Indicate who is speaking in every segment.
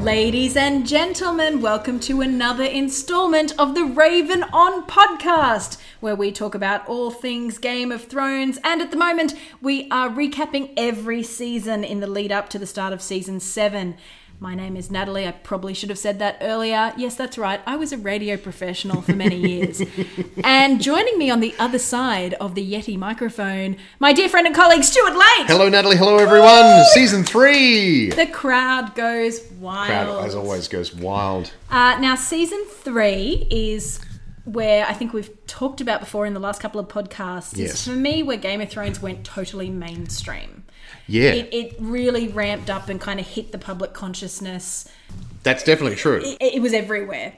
Speaker 1: Ladies and gentlemen, welcome to another installment of the Raven On podcast, where we talk about all things Game of Thrones. And at the moment, we are recapping every season in the lead up to the start of season seven. My name is Natalie. I probably should have said that earlier. Yes, that's right. I was a radio professional for many years. and joining me on the other side of the Yeti microphone, my dear friend and colleague, Stuart Lake.
Speaker 2: Hello, Natalie. Hello, everyone. Season three.
Speaker 1: The crowd goes wild.
Speaker 2: Crowd, as always, goes wild.
Speaker 1: Uh, now, season three is where I think we've talked about before in the last couple of podcasts. is
Speaker 2: Yes.
Speaker 1: for me where Game of Thrones went totally mainstream.
Speaker 2: Yeah,
Speaker 1: It, it really ramped up and kind of hit the public consciousness.
Speaker 2: that's definitely true.
Speaker 1: It, it was everywhere.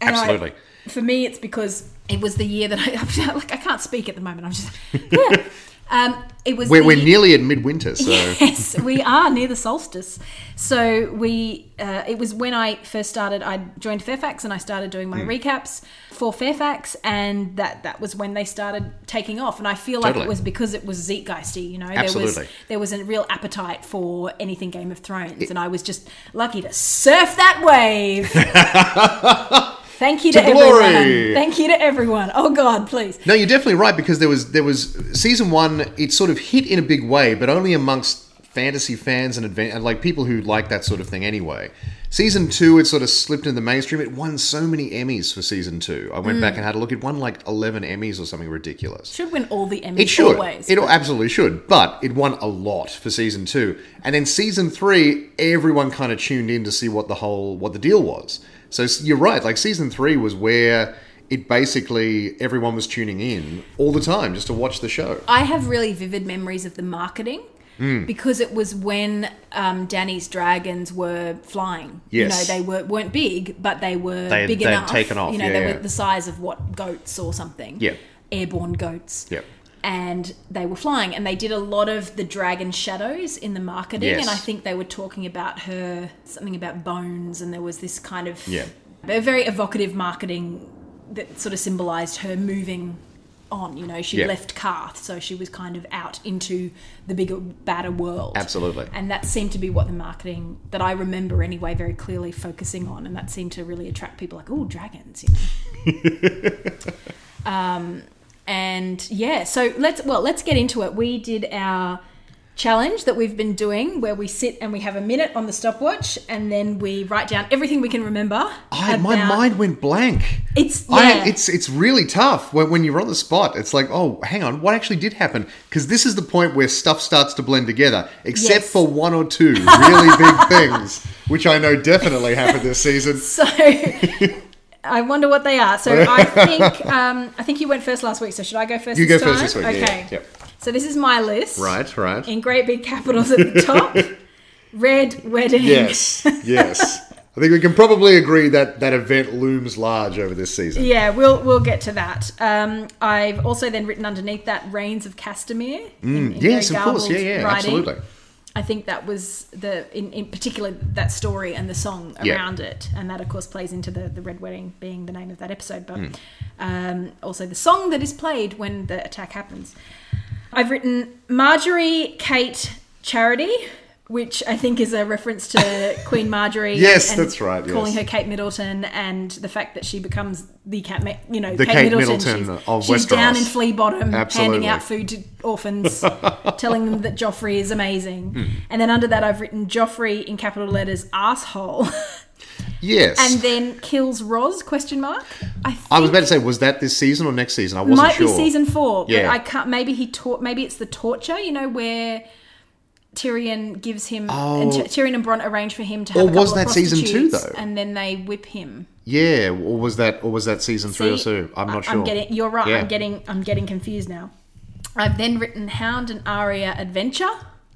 Speaker 1: And I-
Speaker 2: Absolutely.
Speaker 1: for me, it's because it was the year that I like. I can't speak at the moment. I'm just. Yeah. um, it was.
Speaker 2: We're,
Speaker 1: the-
Speaker 2: we're nearly at midwinter, so
Speaker 1: Yes, we are near the solstice. So we, uh, it was when I first started. I joined Fairfax and I started doing
Speaker 2: Hmm.
Speaker 1: my recaps for Fairfax, and that that was when they started taking off. And I feel like
Speaker 2: Totally.
Speaker 1: it was because it was zeitgeisty. You know, there
Speaker 2: Absolutely.
Speaker 1: was there was a real appetite for anything Game of Thrones, and I was just lucky to surf that wave. Thank you to,
Speaker 2: glory.
Speaker 1: everyone. Thank you to everyone. Oh God, please.
Speaker 2: no, you're definitely right because there was there was season one. It sort of hit in a big way, but only amongst fantasy fans and, advan- and like people who like that sort of thing anyway. Season two, it sort of slipped into the mainstream. It won so many Emmys for season two. I
Speaker 1: Mm.
Speaker 2: went back and had a look. It won like eleven Emmys or something ridiculous.
Speaker 1: Should win all the Emmys.
Speaker 2: It should.
Speaker 1: Always.
Speaker 2: It absolutely should. But it won a lot for season two, and then season three, everyone kind of tuned in to see what the whole what the deal was. So s- you're right. Like season three was where it basically everyone was tuning in all the time just to watch the show.
Speaker 1: I have really vivid memories of the marketing because it was when um, Danny's dragons were flying.
Speaker 2: Yes.
Speaker 1: You know, they were, weren't big, but they were
Speaker 2: They had-
Speaker 1: big
Speaker 2: they had
Speaker 1: enough.
Speaker 2: taken off,
Speaker 1: You know,
Speaker 2: yeah,
Speaker 1: they
Speaker 2: yeah.
Speaker 1: were the size of what goats or something.
Speaker 2: Yeah.
Speaker 1: Airborne goats.
Speaker 2: Yep.
Speaker 1: And they were flying, and they did a lot of the dragon shadows in the marketing.
Speaker 2: Yes.
Speaker 1: And I think they were talking about her, something about bones, and there was this kind of
Speaker 2: Yeah.
Speaker 1: a very evocative marketing that sort of symbolized her moving on. You know, she
Speaker 2: Yeah.
Speaker 1: left Carth, so she was kind of out into the bigger, badder world.
Speaker 2: Absolutely.
Speaker 1: And that seemed to be what the marketing that I remember anyway very clearly focusing on, and that seemed to really attract people like, oh, dragons, you know. um, and yeah, so let's well let's get into it. We did our challenge that we've been doing where we sit and we have a minute on the stopwatch and then we write down everything we can remember.
Speaker 2: I, my
Speaker 1: about-
Speaker 2: mind went blank.
Speaker 1: It's yeah.
Speaker 2: I, it's it's really tough when, when you're on the spot. It's like, oh, hang on, what actually did happen? Because this is the point where stuff starts to blend together, except
Speaker 1: Yes.
Speaker 2: for one or two really big things, which I know definitely happened this season.
Speaker 1: So I wonder what they are. So I think um, I think you went first last week. So should I go first?
Speaker 2: You
Speaker 1: this
Speaker 2: go
Speaker 1: time?
Speaker 2: first this week, yeah,
Speaker 1: Okay.
Speaker 2: yeah, yep.
Speaker 1: So this is my list.
Speaker 2: Right, right.
Speaker 1: In great big capitals at the top. Red wedding.
Speaker 2: Yes, yes. I think we can probably agree that that event looms large over this season.
Speaker 1: Yeah, we'll we'll get to that. Um, I've also then written underneath that reigns of Castamere. in- in
Speaker 2: Mm, Yes,
Speaker 1: very
Speaker 2: of course. Yeah,
Speaker 1: garbled
Speaker 2: yeah,
Speaker 1: writing.
Speaker 2: absolutely.
Speaker 1: I think that was the in, in particular that story and the song
Speaker 2: Yeah.
Speaker 1: around it, and that of course plays into the the red wedding being the name of that episode, but
Speaker 2: Mm.
Speaker 1: um, also the song that is played when the attack happens. I've written Marjorie Kate Charity, which I think is a reference to Queen Marjorie.
Speaker 2: Yes, that's right,
Speaker 1: Calling
Speaker 2: yes.
Speaker 1: her Kate Middleton, and the fact that she becomes the cat, Ma- you know,
Speaker 2: The Kate
Speaker 1: Kate, Middleton,
Speaker 2: Middleton
Speaker 1: she's,
Speaker 2: of
Speaker 1: she's down
Speaker 2: Westeros.
Speaker 1: in Flea Bottom, handing
Speaker 2: Absolutely.
Speaker 1: out food to orphans, telling them that Joffrey is amazing.
Speaker 2: Hmm.
Speaker 1: And then under that, I've written Joffrey in capital letters, asshole,
Speaker 2: Yes.
Speaker 1: and then kills Roz? Question mark. I, think
Speaker 2: I was about to say, was that this season or next season? I wasn't
Speaker 1: might
Speaker 2: sure.
Speaker 1: be season four, but
Speaker 2: Yeah.
Speaker 1: I can't. Maybe he taught. Maybe it's the torture. You know where. Tyrion gives him, and Ty- Tyrion and Bronn arrange for him to have.
Speaker 2: Oh. Or
Speaker 1: a couple
Speaker 2: was
Speaker 1: of
Speaker 2: that season two,
Speaker 1: prostitutes,
Speaker 2: though?
Speaker 1: And then they whip him.
Speaker 2: Yeah, or was that or was that season three or
Speaker 1: See,
Speaker 2: two? I'm not
Speaker 1: I-
Speaker 2: sure.
Speaker 1: I'm getting. You're right.
Speaker 2: Yeah.
Speaker 1: I'm getting. I'm getting confused now. I've then written Hound and Aria Adventure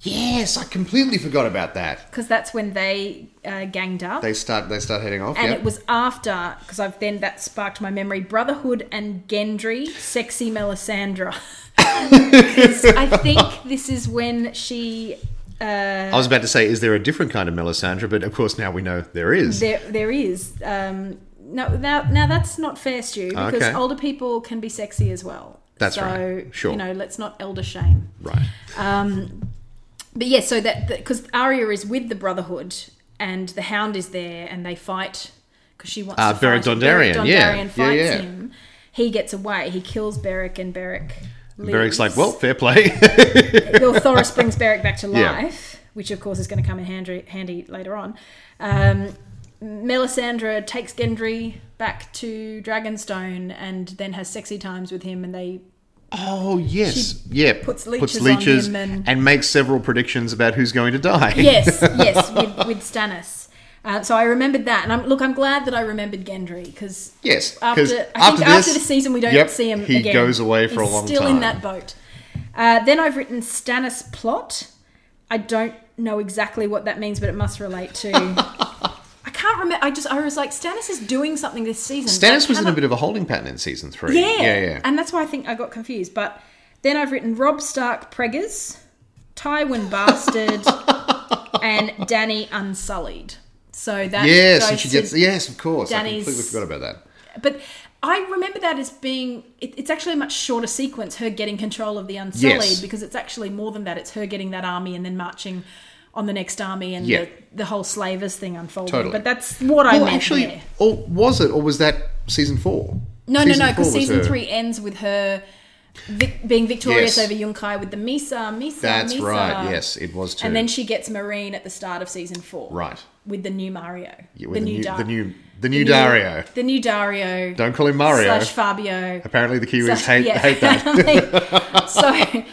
Speaker 2: Yes, I completely forgot about that.
Speaker 1: because that's when they uh, ganged up,
Speaker 2: They start they start heading off.
Speaker 1: and
Speaker 2: yeah.
Speaker 1: it was after because I've then that sparked my memory. Brotherhood and Gendry, sexy Melisandre. 'Cause I think this is when she. Uh,
Speaker 2: I was about to say, is there a different kind of Melisandre? But of course, now we know there is.
Speaker 1: there, there is. Um, no, now, now that's not fair, Stu, because
Speaker 2: Okay.
Speaker 1: older people can be sexy as well.
Speaker 2: That's
Speaker 1: so,
Speaker 2: right. Sure.
Speaker 1: You know, let's not elder shame.
Speaker 2: right.
Speaker 1: Um, but yeah, so that because Arya is with the Brotherhood and the Hound is there, and they fight because she wants
Speaker 2: Ah,
Speaker 1: to
Speaker 2: Beric
Speaker 1: fight. him.
Speaker 2: Dondarrion, yeah. Yeah,
Speaker 1: Dondarrion fights
Speaker 2: yeah.
Speaker 1: him. He gets away. He kills Beric, and Beric. Lives.
Speaker 2: Beric's like, well, fair play.
Speaker 1: Bill Thoris brings Beric back to
Speaker 2: Yeah.
Speaker 1: life, which of course is going to come in handy, handy later on. Um, Melisandre takes Gendry back to Dragonstone and then has sexy times with him, and they
Speaker 2: oh yes, yeah.
Speaker 1: puts leeches on him and-
Speaker 2: makes several predictions about who's going to die.
Speaker 1: yes, yes, with, with Stannis. Uh, so I remembered that, and I'm, look, I'm glad that I remembered Gendry because
Speaker 2: Yes,
Speaker 1: after I
Speaker 2: 'cause
Speaker 1: think
Speaker 2: after
Speaker 1: after,
Speaker 2: this-
Speaker 1: the season we don't
Speaker 2: yep,
Speaker 1: see him.
Speaker 2: he
Speaker 1: again.
Speaker 2: goes away for a
Speaker 1: He's
Speaker 2: long
Speaker 1: still
Speaker 2: time.
Speaker 1: in that boat. Uh, then I've written Stannis plot. I don't know exactly what that means, but it must relate to. I can't remember. I just I was like Stannis is doing something this season.
Speaker 2: Stannis
Speaker 1: I
Speaker 2: was in a
Speaker 1: cannot-
Speaker 2: bit of a holding pattern in season three.
Speaker 1: yeah.
Speaker 2: yeah, yeah.
Speaker 1: And that's why I think I got confused. But then I've written Rob Stark Preggers, Tywin Bastard, and Danny Unsullied. So that
Speaker 2: yes, and
Speaker 1: goes
Speaker 2: she
Speaker 1: to-
Speaker 2: gets yes, of course. I
Speaker 1: Danny's-
Speaker 2: completely forgot about that.
Speaker 1: But I remember that as being it, it's actually a much shorter sequence. Her getting control of the Unsullied
Speaker 2: Yes.
Speaker 1: because it's actually more than that. It's her getting that army and then marching on the next army and
Speaker 2: Yeah.
Speaker 1: the, the whole slavers thing unfolding.
Speaker 2: Totally.
Speaker 1: But that's what I
Speaker 2: Well,
Speaker 1: meant
Speaker 2: actually,
Speaker 1: there.
Speaker 2: or was it, or was that season four?
Speaker 1: No,
Speaker 2: Season
Speaker 1: no, no, because
Speaker 2: four was
Speaker 1: season
Speaker 2: her-
Speaker 1: three ends with her vic- being victorious
Speaker 2: Yes.
Speaker 1: over Yunkai with the Misa, Misa,
Speaker 2: That's
Speaker 1: Misa.
Speaker 2: right. Yes, it was two.
Speaker 1: And then she gets Marine at the start of season four.
Speaker 2: Right.
Speaker 1: With the new Mario.
Speaker 2: Yeah, with the, new,
Speaker 1: Dar-
Speaker 2: the new, the new Dario.
Speaker 1: The new Dario.
Speaker 2: Don't call him Mario.
Speaker 1: Slash Fabio.
Speaker 2: Apparently, the Kiwis
Speaker 1: So-
Speaker 2: hate,
Speaker 1: yeah.
Speaker 2: hate that.
Speaker 1: so, to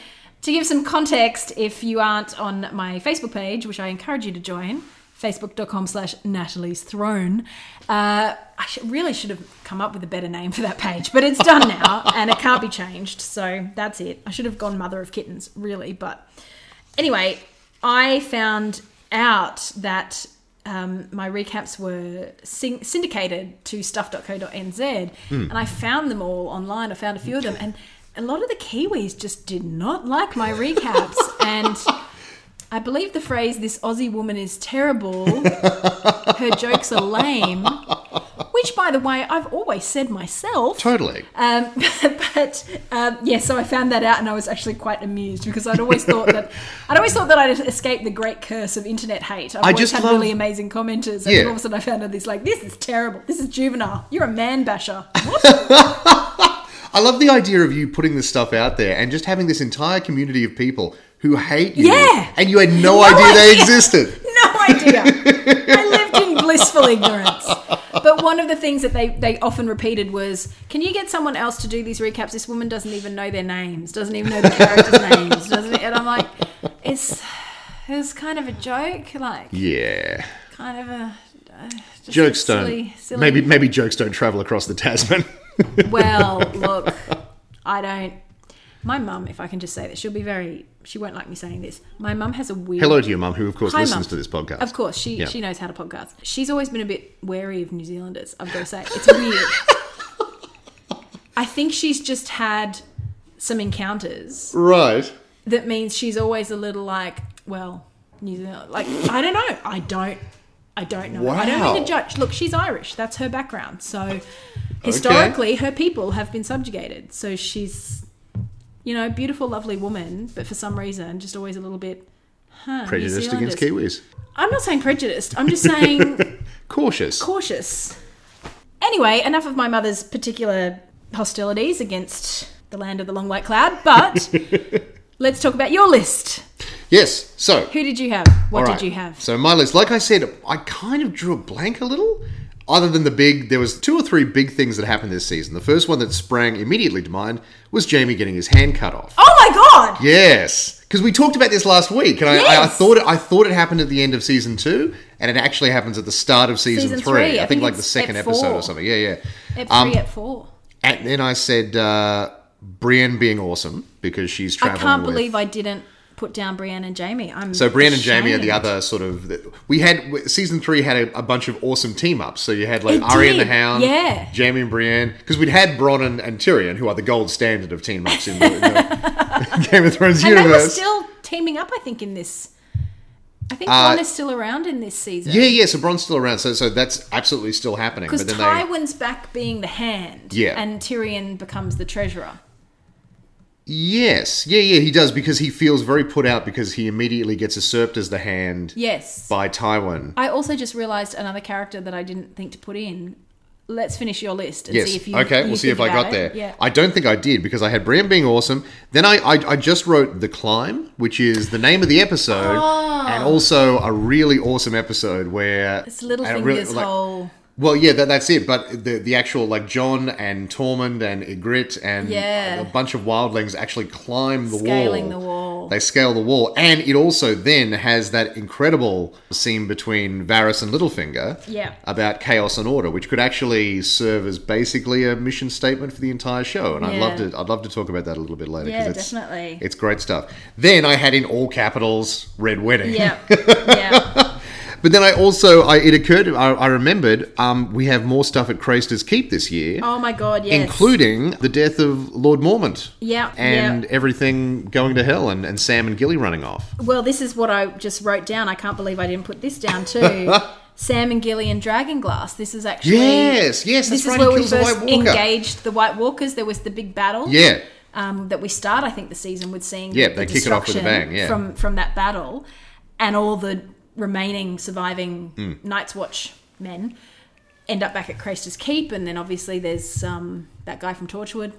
Speaker 1: give some context, if you aren't on my Facebook page, which I encourage you to join, facebook.com slash Natalie's Throne, uh, I sh- really should have come up with a better name for that page, but it's done now and it can't be changed. So, that's it. I should have gone Mother of Kittens, really. But anyway, I found out that um, my recaps were syn- syndicated to stuff.co.nz and I found them all online. I found a few of them and a lot of the Kiwis just did not like my recaps. and I believe the phrase, this Aussie woman is terrible, her jokes are lame, which, by the way, I've always said myself.
Speaker 2: Totally.
Speaker 1: Um, but um, yeah, so I found that out, and I was actually quite amused because I'd always thought that I'd always thought that I'd escaped the great curse of internet hate. I've always
Speaker 2: just
Speaker 1: had
Speaker 2: love-
Speaker 1: really amazing commenters, and
Speaker 2: Yeah.
Speaker 1: all of a sudden I found out this like this is terrible. This is juvenile. You're a man basher.
Speaker 2: I love the idea of you putting this stuff out there and just having this entire community of people who hate you.
Speaker 1: Yeah.
Speaker 2: And you had no,
Speaker 1: No
Speaker 2: idea they
Speaker 1: idea.
Speaker 2: existed.
Speaker 1: no idea. I lived in blissful ignorance. But one of the things that they, they often repeated was, "Can you get someone else to do these recaps? This woman doesn't even know their names, doesn't even know the characters' names, doesn't." And I'm like, "It's it's kind of a joke, like
Speaker 2: Yeah.
Speaker 1: kind of a uh, just
Speaker 2: Jokes don't.
Speaker 1: silly, silly.
Speaker 2: Maybe maybe jokes don't travel across the Tasman.
Speaker 1: Well, look, I don't. My mum, if I can just say that, she'll be very. She won't like me saying this. My mum has a weird.
Speaker 2: Hello to your mum, who of course
Speaker 1: Hi,
Speaker 2: listens
Speaker 1: Mum.
Speaker 2: to this podcast.
Speaker 1: Of course, she
Speaker 2: Yeah.
Speaker 1: she knows how to podcast. She's always been a bit wary of New Zealanders. I've got to say, it's weird. I think she's just had some encounters
Speaker 2: Right.
Speaker 1: that means she's always a little like, well, New Zealand. Like I don't know. I don't. I don't know. I don't mean to
Speaker 2: Wow.
Speaker 1: judge. Look, she's Irish. That's her background. So historically, her people have been subjugated. So she's, you know, beautiful, lovely woman, but for some reason, just always a little bit. Huh, New
Speaker 2: Prejudiced against
Speaker 1: Zealanders.
Speaker 2: Kiwis.
Speaker 1: I'm not saying prejudiced. I'm just saying
Speaker 2: Cautious.
Speaker 1: cautious. Anyway, enough of my mother's particular hostilities against the land of the long white cloud, but let's talk about your list.
Speaker 2: yes. So
Speaker 1: Who did you have? What
Speaker 2: All right.
Speaker 1: did you have?
Speaker 2: So my list, like I said, I kind of drew a blank a little. Other than the big, there was two or three big things that happened this season. The first one that sprang immediately to mind was Jamie getting his hand cut off.
Speaker 1: Oh my god!
Speaker 2: Yes, because we talked about this last week, and I, I, I
Speaker 1: Yes.
Speaker 2: thought it, I thought it happened at the end of season two, and it actually happens at the start of season,
Speaker 1: Season
Speaker 2: three.
Speaker 1: three,
Speaker 2: I,
Speaker 1: I
Speaker 2: think,
Speaker 1: think
Speaker 2: like the
Speaker 1: it's
Speaker 2: second
Speaker 1: at
Speaker 2: episode or
Speaker 1: four.
Speaker 2: something. Yeah, yeah.
Speaker 1: At
Speaker 2: Um,
Speaker 1: three, at four.
Speaker 2: and then I said uh, Brienne being awesome because she's
Speaker 1: I
Speaker 2: traveling.
Speaker 1: can't
Speaker 2: with-
Speaker 1: believe I didn't put down Brienne and Jamie. I'm
Speaker 2: So Brienne and Jamie are the
Speaker 1: ashamed.
Speaker 2: other sort of. We had season three had a, a bunch of awesome team ups. So you had like
Speaker 1: It
Speaker 2: Arya and the
Speaker 1: did,
Speaker 2: Hound,
Speaker 1: yeah.
Speaker 2: Jamie and Brienne, because we'd had Bronn and, and Tyrion, who are the gold standard of team ups in the, in the Game of Thrones
Speaker 1: And they were
Speaker 2: universe.
Speaker 1: still teaming up, I think, in this. I think
Speaker 2: Uh,
Speaker 1: one is still around in this season.
Speaker 2: yeah, yeah. So Bronn's still around. So so that's absolutely still happening.
Speaker 1: Because
Speaker 2: But then they
Speaker 1: Tywin's back being the hand,
Speaker 2: Yeah.
Speaker 1: and Tyrion becomes the treasurer.
Speaker 2: Yes, yeah, yeah, he does because he feels very put out because he immediately gets usurped as the hand
Speaker 1: Yes.
Speaker 2: by Tywin.
Speaker 1: I also just realised another character that I didn't think to put in. Let's finish your list and
Speaker 2: Yes.
Speaker 1: see if you.
Speaker 2: okay,
Speaker 1: you
Speaker 2: we'll see if
Speaker 1: think
Speaker 2: I
Speaker 1: about
Speaker 2: got
Speaker 1: it.
Speaker 2: there.
Speaker 1: Yeah.
Speaker 2: I don't think I did because I had Brian being awesome. Then I, I I just wrote The Climb, which is the name of the episode and also a really awesome episode where
Speaker 1: Ah. it's Littlefinger's
Speaker 2: and I really- like-
Speaker 1: whole.
Speaker 2: Well, yeah, that, that's it. But the the actual like John and Tormund and Igrit and
Speaker 1: Yeah.
Speaker 2: a bunch of wildlings actually climb the
Speaker 1: Scaling
Speaker 2: wall.
Speaker 1: the wall.
Speaker 2: They scale the wall, and it also then has that incredible scene between Varys and Littlefinger.
Speaker 1: Yeah.
Speaker 2: About chaos and order, which could actually serve as basically a mission statement for the entire show. And I'd love
Speaker 1: Yeah.
Speaker 2: to I'd love to talk about that a little bit later. 'cause
Speaker 1: Yeah,
Speaker 2: it's,
Speaker 1: definitely.
Speaker 2: It's great stuff. Then I had in all capitals red wedding.
Speaker 1: Yeah. yeah.
Speaker 2: But then I also, I, it occurred, I, I remembered, um, we have more stuff at Craster's Keep this year,
Speaker 1: Oh my god. Yes.
Speaker 2: including the death of Lord Mormont.
Speaker 1: Yeah,
Speaker 2: And
Speaker 1: yeah.
Speaker 2: everything going to hell and, and Sam and Gilly running off.
Speaker 1: Well, this is what I just wrote down. I can't believe I didn't put this down too. Sam and Gilly and Dragonglass. This is actually
Speaker 2: Yes, yes, that's
Speaker 1: This
Speaker 2: right.
Speaker 1: is where
Speaker 2: he
Speaker 1: we
Speaker 2: kills the
Speaker 1: first
Speaker 2: White Walker.
Speaker 1: engaged the White Walkers. There was the big battle.
Speaker 2: Yeah.
Speaker 1: Um, that we start, I think, the season with seeing
Speaker 2: Yeah,
Speaker 1: the
Speaker 2: they kick it off with a
Speaker 1: destruction
Speaker 2: bang, yeah.
Speaker 1: from from that battle, and all the remaining surviving
Speaker 2: Mm.
Speaker 1: Night's Watch men end up back at Craster's Keep, and then obviously there's um, that guy from Torchwood.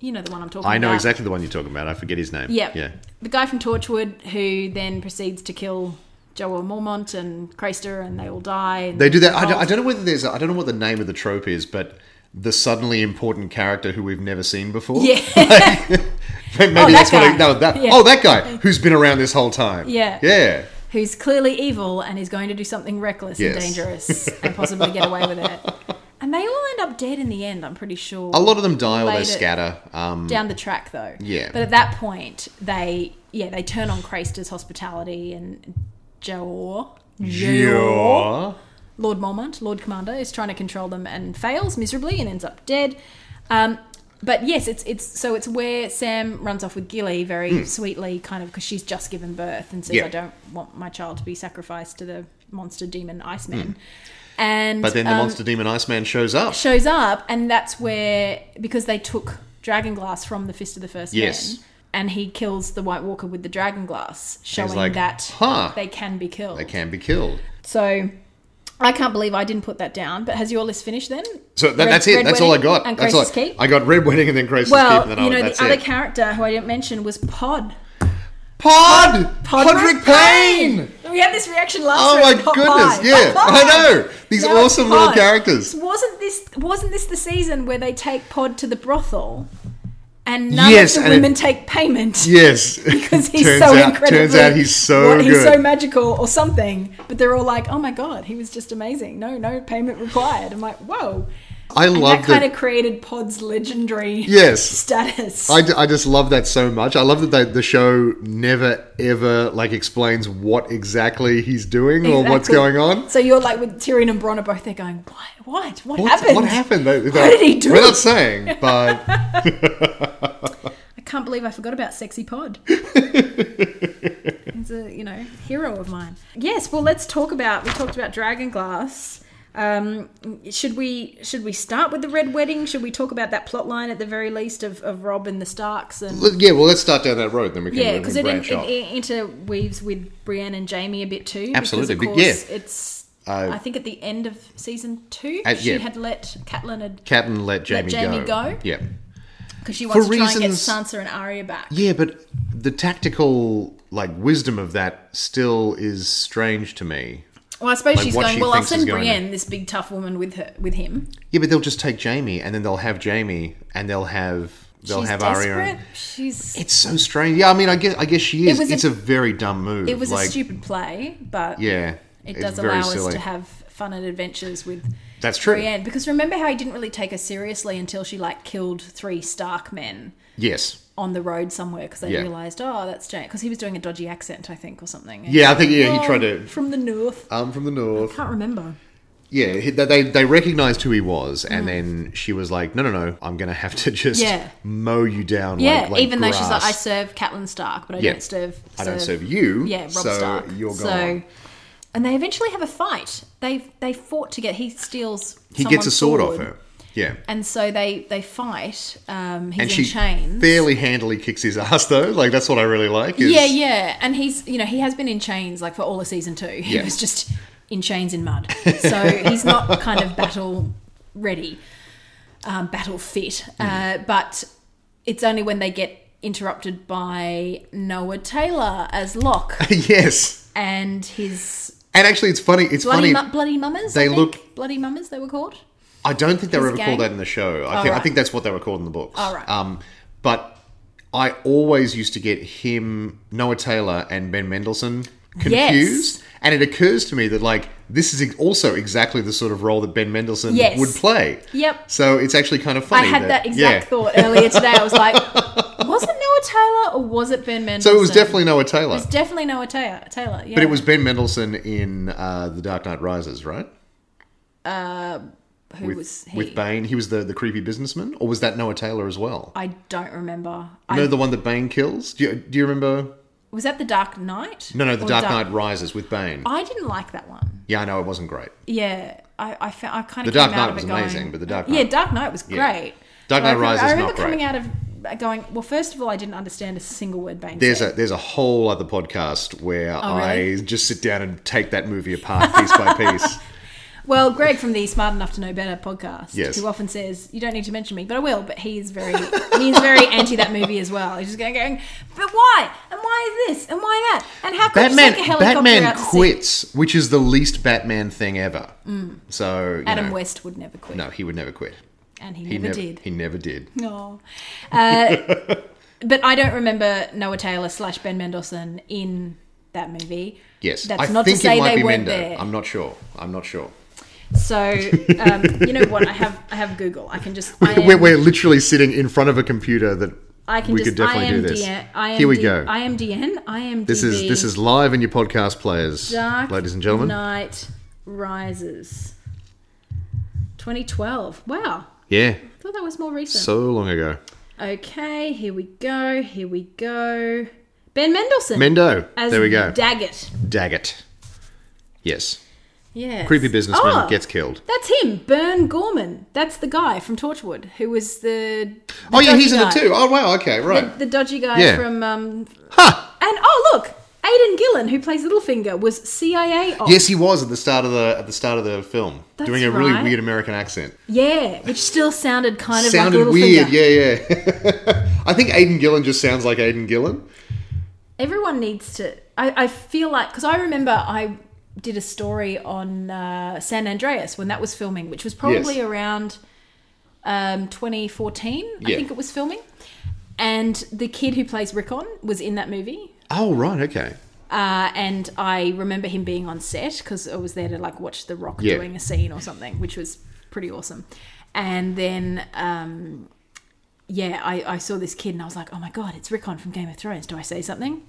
Speaker 1: You know the one I'm talking about.
Speaker 2: I know exactly the one you're talking about. I forget his name.
Speaker 1: Yeah.
Speaker 2: Yeah.
Speaker 1: The guy from Torchwood who then proceeds to kill Joel Mormont and Craster and they all die. and
Speaker 2: They do that. I don't,
Speaker 1: revolt.
Speaker 2: I don't know whether there's, I don't know what the name of the trope is, but the suddenly important character who we've never seen before.
Speaker 1: Yeah. Oh,
Speaker 2: Maybe
Speaker 1: that
Speaker 2: that's what
Speaker 1: guy.
Speaker 2: I, no, that,
Speaker 1: Yeah.
Speaker 2: oh, that guy who's been around this whole time.
Speaker 1: Yeah.
Speaker 2: Yeah.
Speaker 1: Who's clearly evil and is going to do something reckless and
Speaker 2: Yes.
Speaker 1: dangerous and possibly get away with it. And they all end up dead in the end, I'm pretty sure.
Speaker 2: A lot of them die or they
Speaker 1: Later.
Speaker 2: scatter. Um,
Speaker 1: down the track though.
Speaker 2: Yeah.
Speaker 1: But at that point, they yeah, they turn on Craster's hospitality and Joel.
Speaker 2: Sure.
Speaker 1: Lord Mormont, Lord Commander, is trying to control them and fails miserably and ends up dead. Um, but yes, it's it's so it's where Sam runs off with Gilly very sweetly, kind of because she's just given birth and says,
Speaker 2: Hmm. Yeah.
Speaker 1: "I don't want my child to be sacrificed to the monster demon Iceman." And
Speaker 2: Hmm. But then the
Speaker 1: um,
Speaker 2: monster demon Iceman shows up.
Speaker 1: shows up, and that's where because they took dragon glass from the Fist of the First
Speaker 2: Yes.
Speaker 1: Man, and he kills the White Walker with the dragon glass, showing
Speaker 2: like,
Speaker 1: that
Speaker 2: "Huh.
Speaker 1: they can be killed.
Speaker 2: They can be killed.
Speaker 1: So I can't believe I didn't put that down. But has your list finished then?
Speaker 2: So that,
Speaker 1: Red-
Speaker 2: that's it.
Speaker 1: Red
Speaker 2: that's all I
Speaker 1: Wedding
Speaker 2: got.
Speaker 1: And
Speaker 2: that's all I,
Speaker 1: Grace's Keep.
Speaker 2: I got Red Wedding and then Grace's
Speaker 1: well,
Speaker 2: Keep. And then
Speaker 1: you
Speaker 2: I,
Speaker 1: know,
Speaker 2: that's
Speaker 1: the other
Speaker 2: it.
Speaker 1: character who I didn't mention was Pod.
Speaker 2: Pod! Podrick
Speaker 1: Podrick
Speaker 2: Payne!
Speaker 1: We had this reaction last
Speaker 2: Oh
Speaker 1: week
Speaker 2: my
Speaker 1: with Hot
Speaker 2: goodness.
Speaker 1: Pod.
Speaker 2: Yeah,
Speaker 1: Hot Pod.
Speaker 2: I know. These
Speaker 1: Now it's
Speaker 2: awesome little
Speaker 1: Pod.
Speaker 2: characters.
Speaker 1: Wasn't this wasn't this the season where they take Pod to the brothel, and none
Speaker 2: Yes,
Speaker 1: of the
Speaker 2: and it-
Speaker 1: women take payment?
Speaker 2: Yes.
Speaker 1: Because he's
Speaker 2: turns
Speaker 1: so
Speaker 2: out,
Speaker 1: incredible.
Speaker 2: Turns out he's so good.
Speaker 1: he's so magical or something. But they're all like, "Oh my god, he was just amazing. No, no payment required." I'm like, "Whoa!"
Speaker 2: I
Speaker 1: And
Speaker 2: love
Speaker 1: that kind
Speaker 2: that.
Speaker 1: of created Pod's legendary
Speaker 2: Yes.
Speaker 1: status.
Speaker 2: I, d- I just love that so much. I love that they, the show never ever like explains what exactly he's doing or what's
Speaker 1: Exactly.
Speaker 2: going on.
Speaker 1: So you're like with Tyrion and Bronn are both there going, "What? What? What
Speaker 2: What's-
Speaker 1: happened?
Speaker 2: What happened? They-
Speaker 1: What
Speaker 2: they-
Speaker 1: did he do?"
Speaker 2: We're not saying, but
Speaker 1: I can't believe I forgot about Sexy Pod. He's a you know hero of mine. Yes, well let's talk about we talked about Dragon Glass. Um, should we should we start with the Red Wedding? Should we talk about that plot line at the very least of, of Rob and the Starks and
Speaker 2: let- yeah, well, let's start down that road, then we can
Speaker 1: yeah,
Speaker 2: we
Speaker 1: because
Speaker 2: can
Speaker 1: it, in-
Speaker 2: branch
Speaker 1: it,
Speaker 2: off.
Speaker 1: it interweaves with Brienne and Jamie a bit too.
Speaker 2: Absolutely,
Speaker 1: because of
Speaker 2: but yeah.
Speaker 1: course it's
Speaker 2: Uh,
Speaker 1: I think at the end of season two
Speaker 2: Uh,
Speaker 1: she
Speaker 2: yeah.
Speaker 1: had let Catelyn had
Speaker 2: Captain let Jamie,
Speaker 1: Jaime go.
Speaker 2: Yeah,
Speaker 1: because she wants
Speaker 2: For
Speaker 1: to try and get
Speaker 2: reasons-
Speaker 1: Sansa and Arya back.
Speaker 2: yeah, but the tactical like wisdom of that still is strange to me.
Speaker 1: Well, I suppose
Speaker 2: Like
Speaker 1: she's
Speaker 2: what
Speaker 1: going.
Speaker 2: she
Speaker 1: Well, I'll
Speaker 2: thinks is
Speaker 1: send
Speaker 2: going
Speaker 1: Brienne, this big tough woman, with her with him.
Speaker 2: Yeah, but they'll just take Jamie, and then they'll have Jamie, and they'll have they'll
Speaker 1: she's
Speaker 2: have
Speaker 1: desperate.
Speaker 2: Arya. and-
Speaker 1: She's.
Speaker 2: It's so strange. Yeah, I mean, I guess I guess she is.
Speaker 1: was a-
Speaker 2: it's a, very dumb move.
Speaker 1: it was
Speaker 2: like,
Speaker 1: a stupid play, but
Speaker 2: Yeah,
Speaker 1: it
Speaker 2: it's
Speaker 1: does allow us to have fun and adventures with
Speaker 2: That's true.
Speaker 1: Brienne. Because remember how he didn't really take her seriously until she like killed three Stark men
Speaker 2: Yes.
Speaker 1: on the road somewhere because they
Speaker 2: Yeah.
Speaker 1: realized, oh, that's Jane, because he was doing a dodgy accent, I think, or something. And
Speaker 2: Yeah, I think yeah he
Speaker 1: "Oh,
Speaker 2: tried to.
Speaker 1: from the north.
Speaker 2: I'm from the north.
Speaker 1: Can't remember.
Speaker 2: Yeah, he- they they- they recognized who he was, and then she was like, "No, no, no, I'm gonna have to just
Speaker 1: Mm. Yeah.
Speaker 2: mow you down."
Speaker 1: Yeah,
Speaker 2: like, like
Speaker 1: even though she's like, I
Speaker 2: grass.
Speaker 1: serve Catelyn Stark, but I
Speaker 2: Yeah.
Speaker 1: don't serve,
Speaker 2: I don't serve you."
Speaker 1: Yeah, Rob
Speaker 2: so
Speaker 1: Stark.
Speaker 2: You're gone.
Speaker 1: So, and they eventually have a fight. They they fought to get. He steals.
Speaker 2: he
Speaker 1: someone's
Speaker 2: gets a sword off
Speaker 1: sword.
Speaker 2: her. Yeah.
Speaker 1: And so they they fight. Um, he's
Speaker 2: and
Speaker 1: in
Speaker 2: she
Speaker 1: chains.
Speaker 2: fairly handily kicks his ass though. Like that's what I really like. Is,
Speaker 1: Yeah, yeah. And he's, you know, he has been in chains like for all of season two. He
Speaker 2: Yeah.
Speaker 1: was just in chains in mud. So he's not kind of battle ready, um, battle fit.
Speaker 2: Mm.
Speaker 1: Uh, but it's only when they get interrupted by Noah Taylor as Locke
Speaker 2: yes.
Speaker 1: and his
Speaker 2: And actually, it's funny. It's
Speaker 1: bloody,
Speaker 2: funny.
Speaker 1: mu- bloody mummers.
Speaker 2: they
Speaker 1: I think.
Speaker 2: look-
Speaker 1: Bloody mummers, they were called.
Speaker 2: I don't think they
Speaker 1: his
Speaker 2: were ever
Speaker 1: gang.
Speaker 2: called that in the show. I, think, I
Speaker 1: right.
Speaker 2: think that's what they were called in the books.
Speaker 1: All right.
Speaker 2: Um, but I always used to get him, Noah Taylor, and Ben Mendelsohn confused. And it occurs to me that, like, this is also exactly the sort of role that Ben Mendelsohn
Speaker 1: Yes.
Speaker 2: would play.
Speaker 1: Yep.
Speaker 2: So it's actually kind of
Speaker 1: I
Speaker 2: funny.
Speaker 1: had that exact
Speaker 2: yeah.
Speaker 1: thought earlier today. I was like, was it Noah Taylor or was it Ben Mendelsohn?
Speaker 2: So it was definitely Noah Taylor.
Speaker 1: It's definitely Noah Taylor. Taylor yeah.
Speaker 2: but it was Ben Mendelsohn in uh, The Dark Knight Rises, right?
Speaker 1: who
Speaker 2: With,
Speaker 1: was he?
Speaker 2: with Bane. He was the, the creepy businessman. Or was that Noah Taylor as well?
Speaker 1: I don't remember.
Speaker 2: You
Speaker 1: I,
Speaker 2: know the one that Bane kills? Do you, do you remember?
Speaker 1: was that The Dark Knight?
Speaker 2: No, no, The
Speaker 1: Or Oh.
Speaker 2: Dark Knight Rises with Bane.
Speaker 1: I didn't like that one.
Speaker 2: Yeah, I know it wasn't great.
Speaker 1: Yeah, I, I, found, I kind of
Speaker 2: The Dark
Speaker 1: came out
Speaker 2: Knight
Speaker 1: of
Speaker 2: was
Speaker 1: it going-
Speaker 2: amazing, but The Dark
Speaker 1: yeah,
Speaker 2: Knight-
Speaker 1: Dark Knight was
Speaker 2: Yeah.
Speaker 1: great.
Speaker 2: Dark
Speaker 1: But I
Speaker 2: Knight Rises
Speaker 1: I
Speaker 2: is
Speaker 1: remember
Speaker 2: not
Speaker 1: coming
Speaker 2: great.
Speaker 1: out of uh, going. Well, first of all, I didn't understand a single word Bane
Speaker 2: There's a
Speaker 1: said.
Speaker 2: there's a whole other podcast where
Speaker 1: Oh, really?
Speaker 2: I just sit down and take that movie apart piece by piece.
Speaker 1: Well, Greg from the Smart Enough to Know Better podcast,
Speaker 2: Yes.
Speaker 1: who often says you don't need to mention me, but I will. But he's very he's very anti that movie as well. He's just going, going, but why? And why is this? And why that? And how could you
Speaker 2: Batman
Speaker 1: take a helicopter
Speaker 2: Batman
Speaker 1: out to sea?
Speaker 2: quits, which is the least Batman thing ever. So you
Speaker 1: Mm. Adam
Speaker 2: know,
Speaker 1: West would never quit,
Speaker 2: No, he would never quit.
Speaker 1: and he,
Speaker 2: He
Speaker 1: never did.
Speaker 2: He never did.
Speaker 1: No. Uh, but I don't remember Noah Taylor slash Ben Mendelsohn in that movie.
Speaker 2: Yes,
Speaker 1: That's
Speaker 2: I
Speaker 1: not
Speaker 2: think
Speaker 1: to say
Speaker 2: it might
Speaker 1: they
Speaker 2: be
Speaker 1: weren't
Speaker 2: Mendo.
Speaker 1: there.
Speaker 2: I'm not sure. I'm not sure.
Speaker 1: So um, you know what? I have I have Google. I can just I am,
Speaker 2: We're, we're literally sitting in front of a computer that
Speaker 1: I can
Speaker 2: we
Speaker 1: just
Speaker 2: could definitely do
Speaker 1: IMD,
Speaker 2: this.
Speaker 1: IMD,
Speaker 2: Here we go.
Speaker 1: IMDN. IMDb.
Speaker 2: this is this is live in your podcast players,
Speaker 1: Dark
Speaker 2: ladies and gentlemen.
Speaker 1: Night Rises. 2012. Wow.
Speaker 2: Yeah,
Speaker 1: I thought that was more recent.
Speaker 2: so long ago.
Speaker 1: okay, here we go. Here we go. Ben Mendelsohn.
Speaker 2: Mendo.
Speaker 1: as
Speaker 2: there we go.
Speaker 1: Daggett.
Speaker 2: Daggett. Yes.
Speaker 1: Yeah.
Speaker 2: Creepy businessman
Speaker 1: Oh,
Speaker 2: gets killed.
Speaker 1: That's him, Bern Gorman. That's the guy from Torchwood who was the. the
Speaker 2: Oh, yeah,
Speaker 1: dodgy
Speaker 2: he's in
Speaker 1: guy.
Speaker 2: it too. Oh, wow. Okay, right.
Speaker 1: The dodgy guy
Speaker 2: Yeah.
Speaker 1: from. Um,
Speaker 2: Ha!
Speaker 1: and oh, look! Aidan Gillen, who plays Littlefinger, was CIA op.
Speaker 2: Yes, he was at the start of the at the start of the film,
Speaker 1: That's
Speaker 2: doing a really
Speaker 1: right.
Speaker 2: weird American accent.
Speaker 1: Yeah, which still sounded kind of
Speaker 2: Sounded
Speaker 1: like Littlefinger.
Speaker 2: weird. Yeah, yeah. I think Aidan Gillen just sounds like Aidan Gillen.
Speaker 1: Everyone needs to. I, I feel like. Because I remember I did a story on uh, San Andreas when that was filming, which was probably
Speaker 2: Yes.
Speaker 1: around um, 2014, I
Speaker 2: Yeah.
Speaker 1: think it was filming. And the kid who plays Rickon was in that movie.
Speaker 2: Oh, right. Okay.
Speaker 1: Uh, and I remember him being on set because I was there to like watch The Rock
Speaker 2: Yeah.
Speaker 1: doing a scene or something, which was pretty awesome. And then, um, yeah, I, I saw this kid and I was like, oh my god, it's Rickon from Game of Thrones. Do I say something?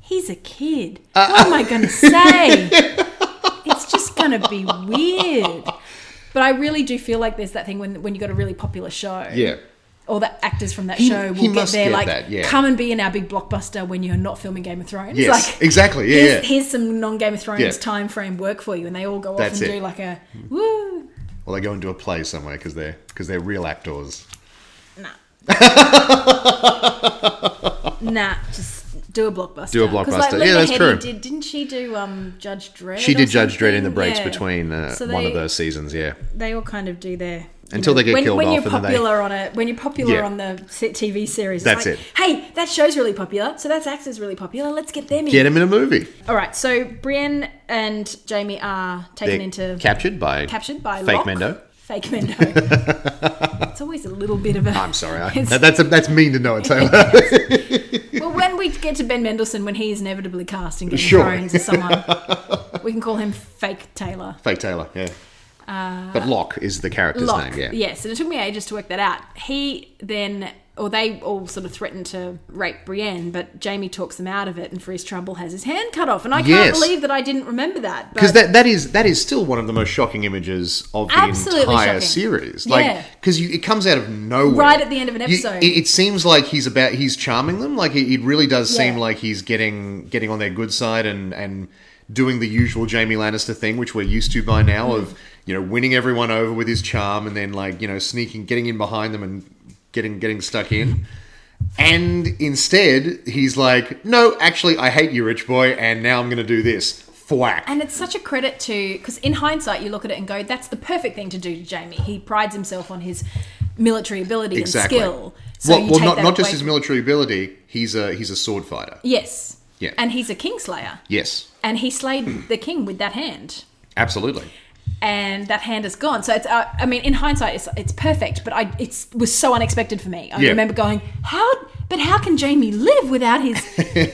Speaker 1: He's a kid.
Speaker 2: Uh.
Speaker 1: what am I going to say? it's just going to be weird. But I really do feel like there's that thing when when you got a really popular show,
Speaker 2: Yeah.
Speaker 1: all the actors from that
Speaker 2: He-
Speaker 1: show will
Speaker 2: he
Speaker 1: get
Speaker 2: must
Speaker 1: there
Speaker 2: get
Speaker 1: like
Speaker 2: that, yeah.
Speaker 1: come and be in our big blockbuster when you're not filming Game of Thrones.
Speaker 2: Yes.
Speaker 1: Like
Speaker 2: exactly. Yeah.
Speaker 1: here's,
Speaker 2: yeah.
Speaker 1: here's some non Game of Thrones
Speaker 2: Yeah.
Speaker 1: time frame work for you, and they all go off
Speaker 2: That's
Speaker 1: and
Speaker 2: it.
Speaker 1: do like a woo.
Speaker 2: Well, they go into a play somewhere because they're because they're real actors.
Speaker 1: Nah, nah, just do a blockbuster.
Speaker 2: Do a
Speaker 1: 'Cause,
Speaker 2: blockbuster. Yeah,
Speaker 1: Linda
Speaker 2: that's
Speaker 1: Heddy
Speaker 2: true.
Speaker 1: Did, didn't she do um, Judge Dredd?
Speaker 2: She
Speaker 1: or
Speaker 2: did Judge Dredd in the
Speaker 1: something?
Speaker 2: breaks
Speaker 1: Yeah.
Speaker 2: between uh,
Speaker 1: So
Speaker 2: one
Speaker 1: they-
Speaker 2: of those seasons. Yeah.
Speaker 1: They all kind of do their you
Speaker 2: Until they get
Speaker 1: when,
Speaker 2: killed
Speaker 1: when
Speaker 2: off
Speaker 1: you're
Speaker 2: and then they-
Speaker 1: popular on a when you're popular
Speaker 2: Yeah.
Speaker 1: on the se- TV series.
Speaker 2: That's
Speaker 1: it's like, Hey, that show's really popular, so that's actor's really popular. Let's get them in.
Speaker 2: Get him in a movie.
Speaker 1: All right, so Brienne and Jamie are taken
Speaker 2: They're
Speaker 1: into
Speaker 2: captured by
Speaker 1: captured by
Speaker 2: fake
Speaker 1: Locke.
Speaker 2: Mendo.
Speaker 1: Fake Mendo. it's always a little bit of a.
Speaker 2: I'm sorry. I,
Speaker 1: It's-
Speaker 2: that, that's a, that's mean to Noah Taylor.
Speaker 1: well, when we get to Ben Mendelsohn, when he is inevitably cast in Game
Speaker 2: Sure.
Speaker 1: of Thrones as someone, we can call him Fake Taylor.
Speaker 2: Fake Taylor, yeah. but Locke is the character's
Speaker 1: Uh, Locke.
Speaker 2: name, yeah.
Speaker 1: Yes, and it took me ages to work that out. He then, or they all sort of threatened to rape Brienne, but Jamie talks them out of it, and for his trouble has his hand cut off. And I can't
Speaker 2: Yes.
Speaker 1: believe that I didn't remember that.
Speaker 2: Because
Speaker 1: but-
Speaker 2: that, that is that is still one of the most shocking images of the
Speaker 1: Absolutely
Speaker 2: entire
Speaker 1: shocking.
Speaker 2: series.
Speaker 1: Yeah.
Speaker 2: Like because it comes out of nowhere,
Speaker 1: Right at the end of an
Speaker 2: You-
Speaker 1: episode.
Speaker 2: it, it seems like he's about he's charming them. Like it, it really does
Speaker 1: Yeah.
Speaker 2: seem like he's getting getting on their good side and and doing the usual Jamie Lannister thing, which we're used to by now,
Speaker 1: Mm.
Speaker 2: of you know winning everyone over with his charm and then like you know sneaking, getting in behind them and getting getting stuck in. And instead, he's like, "No, actually, I hate you, rich boy, and now I'm going to do this." Thwack.
Speaker 1: And it's such a credit to because in hindsight you look at it and go, that's the perfect thing to do to Jamie. He prides himself on his military ability
Speaker 2: Exactly.
Speaker 1: and skill. So
Speaker 2: well,
Speaker 1: you
Speaker 2: well,
Speaker 1: take
Speaker 2: not
Speaker 1: that
Speaker 2: not just
Speaker 1: away
Speaker 2: his
Speaker 1: from-
Speaker 2: military ability. He's a he's a sword fighter.
Speaker 1: Yes.
Speaker 2: Yeah. Hmm.
Speaker 1: And he's a kingslayer.
Speaker 2: Yes,
Speaker 1: And he slayed the king with that hand.
Speaker 2: absolutely.
Speaker 1: And that hand is gone. So it's, uh, I mean, in hindsight, it's, it's perfect, but I, it was so unexpected for me. I
Speaker 2: Yeah.
Speaker 1: remember going, how, but how can Jamie live without his.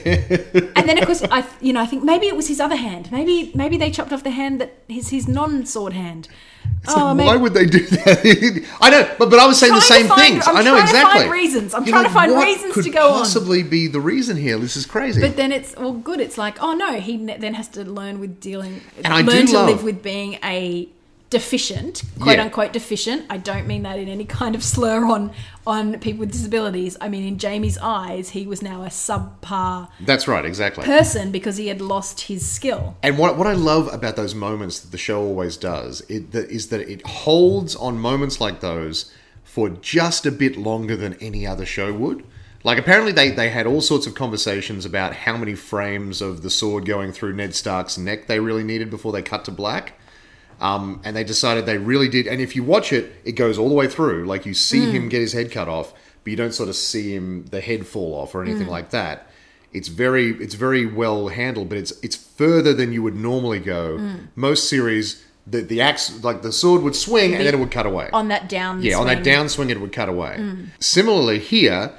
Speaker 1: and then, of course, I, you know, I think maybe it was his other hand. Maybe, maybe they chopped off the hand that his, his non sword hand. Oh,
Speaker 2: It's like, why would they do that? I know, but, but I was saying the
Speaker 1: trying to
Speaker 2: same
Speaker 1: find-
Speaker 2: things.
Speaker 1: I'm
Speaker 2: I know
Speaker 1: trying to find
Speaker 2: exactly.
Speaker 1: reasons. I'm trying to find
Speaker 2: what
Speaker 1: reasons
Speaker 2: could
Speaker 1: to go on."
Speaker 2: Possibly be the reason here. This is crazy.
Speaker 1: But then it's well, good. It's like, oh no, he ne- then has to learn with dealing,
Speaker 2: And I
Speaker 1: learn to
Speaker 2: do love-
Speaker 1: live with being a deficient, quote
Speaker 2: Yeah.
Speaker 1: unquote deficient. I don't mean that in any kind of slur on on people with disabilities. I mean in Jamie's eyes, he was now a subpar
Speaker 2: That's right, exactly.
Speaker 1: person because he had lost his skill.
Speaker 2: And what, what I love about those moments that the show always does it, that is that it holds on moments like those for just a bit longer than any other show would. Like, apparently, they, they had all sorts of conversations about how many frames of the sword going through Ned Stark's neck they really needed before they cut to black. Um, and they decided they really did. And if you watch it, it goes all the way through. Like, you see him
Speaker 1: Mm.
Speaker 2: get his head cut off, but you don't sort of see him, the head fall off or
Speaker 1: Mm.
Speaker 2: anything like that it's very it's very well handled, but it's it's further than you would normally go.
Speaker 1: Mm.
Speaker 2: Most series, the the axe like the sword would swing and then it would cut away.
Speaker 1: On that down,
Speaker 2: yeah, on
Speaker 1: swing.
Speaker 2: that
Speaker 1: Mm.
Speaker 2: downswing it would cut away. Similarly here,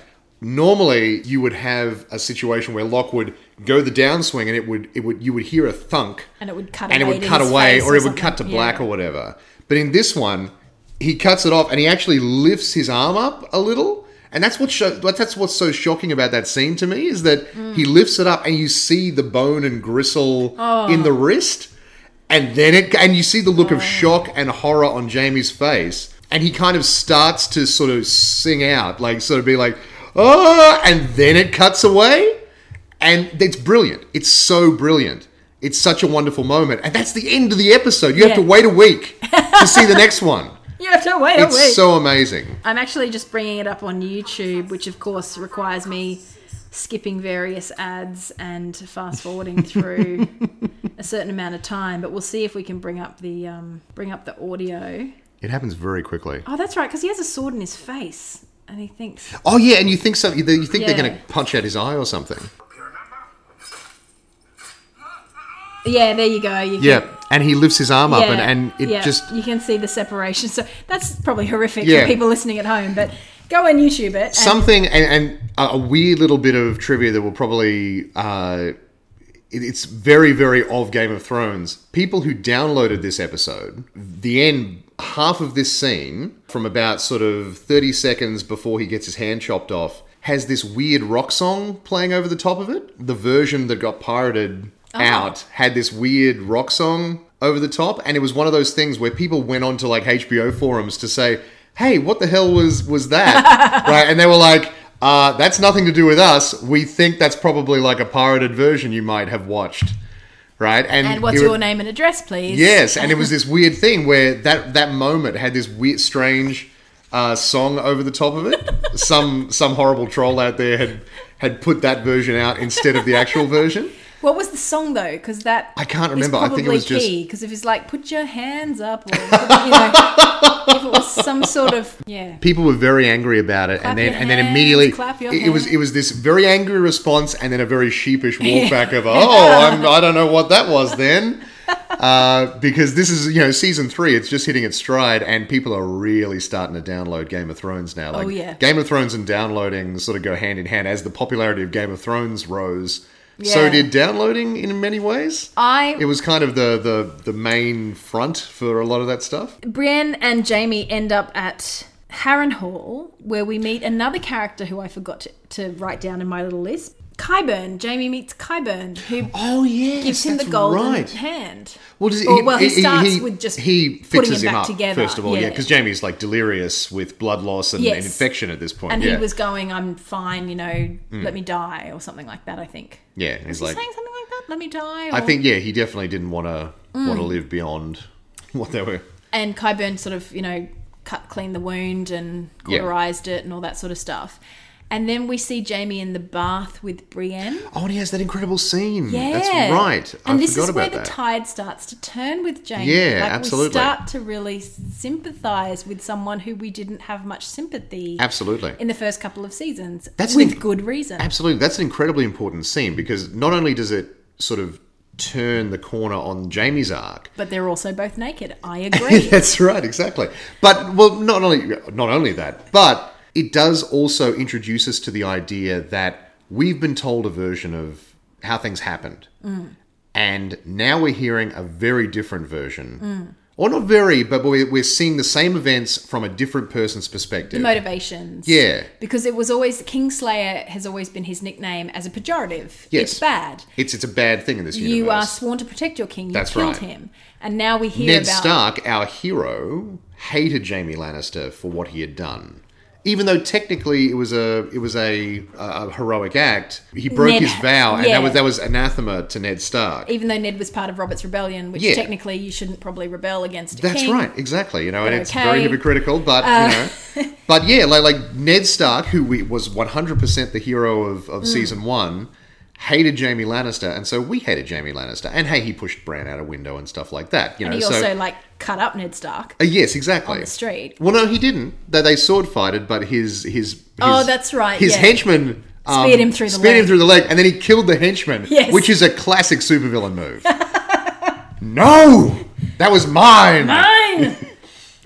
Speaker 2: normally you would have a situation where Locke would go the downswing and it would it would you would hear a thunk
Speaker 1: and it would cut
Speaker 2: and it
Speaker 1: away
Speaker 2: would
Speaker 1: to
Speaker 2: cut
Speaker 1: his
Speaker 2: away
Speaker 1: face
Speaker 2: or, it would
Speaker 1: something.
Speaker 2: cut to
Speaker 1: Yeah.
Speaker 2: black or whatever. But in this one, he cuts it off and he actually lifts his arm up a little. And that's what sho- that's that's what's so shocking about that scene to me is that
Speaker 1: Mm.
Speaker 2: he lifts it up and you see the bone and gristle in
Speaker 1: Oh.
Speaker 2: the wrist, and then it and you see the look of shock and horror on Jamie's face, and he kind of starts to sort of sing out, like sort of be like, oh, and then it cuts away. And it's brilliant. It's so brilliant. It's such a wonderful moment. And that's the end of the episode. You have to
Speaker 1: Yeah.
Speaker 2: wait a week to see the next one.
Speaker 1: You have to wait a
Speaker 2: It's
Speaker 1: week.
Speaker 2: so amazing.
Speaker 1: I'm actually just bringing it up on YouTube, which of course requires me skipping various ads and fast forwarding through a certain amount of time. But we'll see if we can bring up the um, bring up the audio.
Speaker 2: It happens very quickly.
Speaker 1: Oh, that's right, because he has a sword in his face, and he thinks
Speaker 2: Oh yeah, and you think so? You think they're
Speaker 1: Yeah.
Speaker 2: going to punch out his eye or something?
Speaker 1: "Yeah, there you go." You can-
Speaker 2: Yeah. And he lifts his arm up, and,
Speaker 1: Yeah,
Speaker 2: and it
Speaker 1: yeah,
Speaker 2: just
Speaker 1: you can see the separation. So that's probably horrific
Speaker 2: Yeah.
Speaker 1: for people listening at home. But go and YouTube it. and-
Speaker 2: something and, and a a weird little bit of trivia that will probably uh, it- it's very very of game of thrones people who downloaded this episode the end half of this scene from about sort of 30 seconds before he gets his hand chopped off has this weird rock song playing over the top of it the version that got pirated out had this weird rock song over the top and it was one of those things where people went onto like hbo forums to say hey what the hell was was that right and they were like uh, that's nothing to do with us. We think that's probably like a pirated version you might have watched, right?
Speaker 1: and what's
Speaker 2: it-
Speaker 1: your name and address, please?
Speaker 2: Yes, and it was this weird thing where that that moment had this weird, strange uh, song over the top of it. some some horrible troll out there had had put that version out instead of the actual version.
Speaker 1: What was the song though? Because that
Speaker 2: I can't
Speaker 1: is
Speaker 2: remember. I think it
Speaker 1: probably
Speaker 2: was just-
Speaker 1: key. Because if it's like put your hands up, or you know, if it was some sort of yeah,
Speaker 2: People were very angry about it,
Speaker 1: Clap
Speaker 2: and then
Speaker 1: your
Speaker 2: and then
Speaker 1: hands,
Speaker 2: immediately
Speaker 1: clap your
Speaker 2: it, it was
Speaker 1: hands.
Speaker 2: it was this very angry response, and then a very sheepish walk back of oh I'm, I don't know what that was then. Uh, because this is you know season three, it's just hitting its stride, and people are really starting to download Game of Thrones now. Like,
Speaker 1: Oh, yeah.
Speaker 2: Game of Thrones and downloading sort of go hand in hand. As the popularity of Game of Thrones rose, so
Speaker 1: Yeah.
Speaker 2: did downloading in many ways.
Speaker 1: I
Speaker 2: it was kind of the, the the main front for a lot of that stuff.
Speaker 1: Brienne and Jamie end up at Harrenhal, where we meet another character who I forgot to, to write down in my little list. Kyburn, Jamie meets Kyburn, who
Speaker 2: Oh yes,
Speaker 1: gives him the
Speaker 2: that's
Speaker 1: golden
Speaker 2: right.
Speaker 1: hand.
Speaker 2: Well, does
Speaker 1: Or, well, he starts with just
Speaker 2: he
Speaker 1: putting
Speaker 2: fixes
Speaker 1: him
Speaker 2: him,
Speaker 1: back
Speaker 2: up
Speaker 1: together,
Speaker 2: first of all, yeah,
Speaker 1: yeah.
Speaker 2: because Jamie's like delirious with blood loss and, and
Speaker 1: Yes.
Speaker 2: infection at this point.
Speaker 1: And
Speaker 2: yeah. Hmm.
Speaker 1: he was going, I'm fine, you know, let me die, or something like that, I think.
Speaker 2: yeah, and he's
Speaker 1: Was
Speaker 2: like,
Speaker 1: he saying something like that? Let me die?
Speaker 2: I
Speaker 1: or-
Speaker 2: think yeah, he definitely didn't want to want
Speaker 1: Mm.
Speaker 2: to live beyond what they were.
Speaker 1: and Kyburn sort of, you know, cut clean the wound and
Speaker 2: Yeah.
Speaker 1: cauterized it and all that sort of stuff. And then we see Jamie in the bath with Brienne.
Speaker 2: Oh, and he has that incredible scene.
Speaker 1: Yeah.
Speaker 2: Mm, That's right.
Speaker 1: And
Speaker 2: I
Speaker 1: this
Speaker 2: forgot
Speaker 1: is where
Speaker 2: about that.
Speaker 1: the tide starts to turn with Jamie.
Speaker 2: Yeah,
Speaker 1: like We
Speaker 2: absolutely.
Speaker 1: start to really sympathize with someone who we didn't have much sympathy
Speaker 2: Absolutely.
Speaker 1: in the first couple of seasons.
Speaker 2: That's
Speaker 1: with
Speaker 2: an-
Speaker 1: good reason.
Speaker 2: Absolutely. That's an incredibly important scene because not only does it sort of turn the corner on Jamie's arc.
Speaker 1: But they're also both naked. I agree.
Speaker 2: That's right, exactly. But well, not only not only that, but it does also introduce us to the idea that we've been told a version of how things happened.
Speaker 1: Mm.
Speaker 2: And now we're hearing a very different version. Mm. Or not very, but we're, we're seeing the same events from a different person's perspective.
Speaker 1: Motivations.
Speaker 2: yeah.
Speaker 1: Because it was always Kingslayer has always been his nickname as a pejorative.
Speaker 2: Yes.
Speaker 1: It's bad.
Speaker 2: It's it's a bad thing in this universe.
Speaker 1: You are sworn to protect your king. You
Speaker 2: That's
Speaker 1: killed
Speaker 2: right.
Speaker 1: him. And now we hear
Speaker 2: Ned
Speaker 1: about
Speaker 2: Stark, our hero, hated Jamie Lannister for what he had done. Even though technically it was a it was a, a heroic act, he broke
Speaker 1: Ned-
Speaker 2: his vow, and
Speaker 1: yeah.
Speaker 2: that was that was anathema to Ned Stark.
Speaker 1: even though Ned was part of Robert's rebellion, which
Speaker 2: Yeah.
Speaker 1: technically you shouldn't probably rebel against a
Speaker 2: That's
Speaker 1: king.
Speaker 2: right, exactly. You know, and
Speaker 1: But
Speaker 2: it's
Speaker 1: okay. Uh,
Speaker 2: very hypocritical, but you know, but yeah, like like Ned Stark, who we, was one hundred percent the hero of,
Speaker 1: Hmm.
Speaker 2: of season one, hated Jamie Lannister, and so we hated Jamie Lannister. And hey, he pushed Bran out a window and stuff like that. You know,
Speaker 1: And he
Speaker 2: so
Speaker 1: also like cut up Ned Stark.
Speaker 2: Uh, yes, exactly.
Speaker 1: the street.
Speaker 2: Well, no, he didn't. They, they sword fighted, but his his, his
Speaker 1: Oh, that's right,
Speaker 2: His
Speaker 1: yeah.
Speaker 2: henchman um,
Speaker 1: Speared him through the
Speaker 2: speared
Speaker 1: leg.
Speaker 2: him through the leg, and then he killed the henchman,
Speaker 1: Yes.
Speaker 2: which is a classic supervillain move. no, that was mine.
Speaker 1: Fine.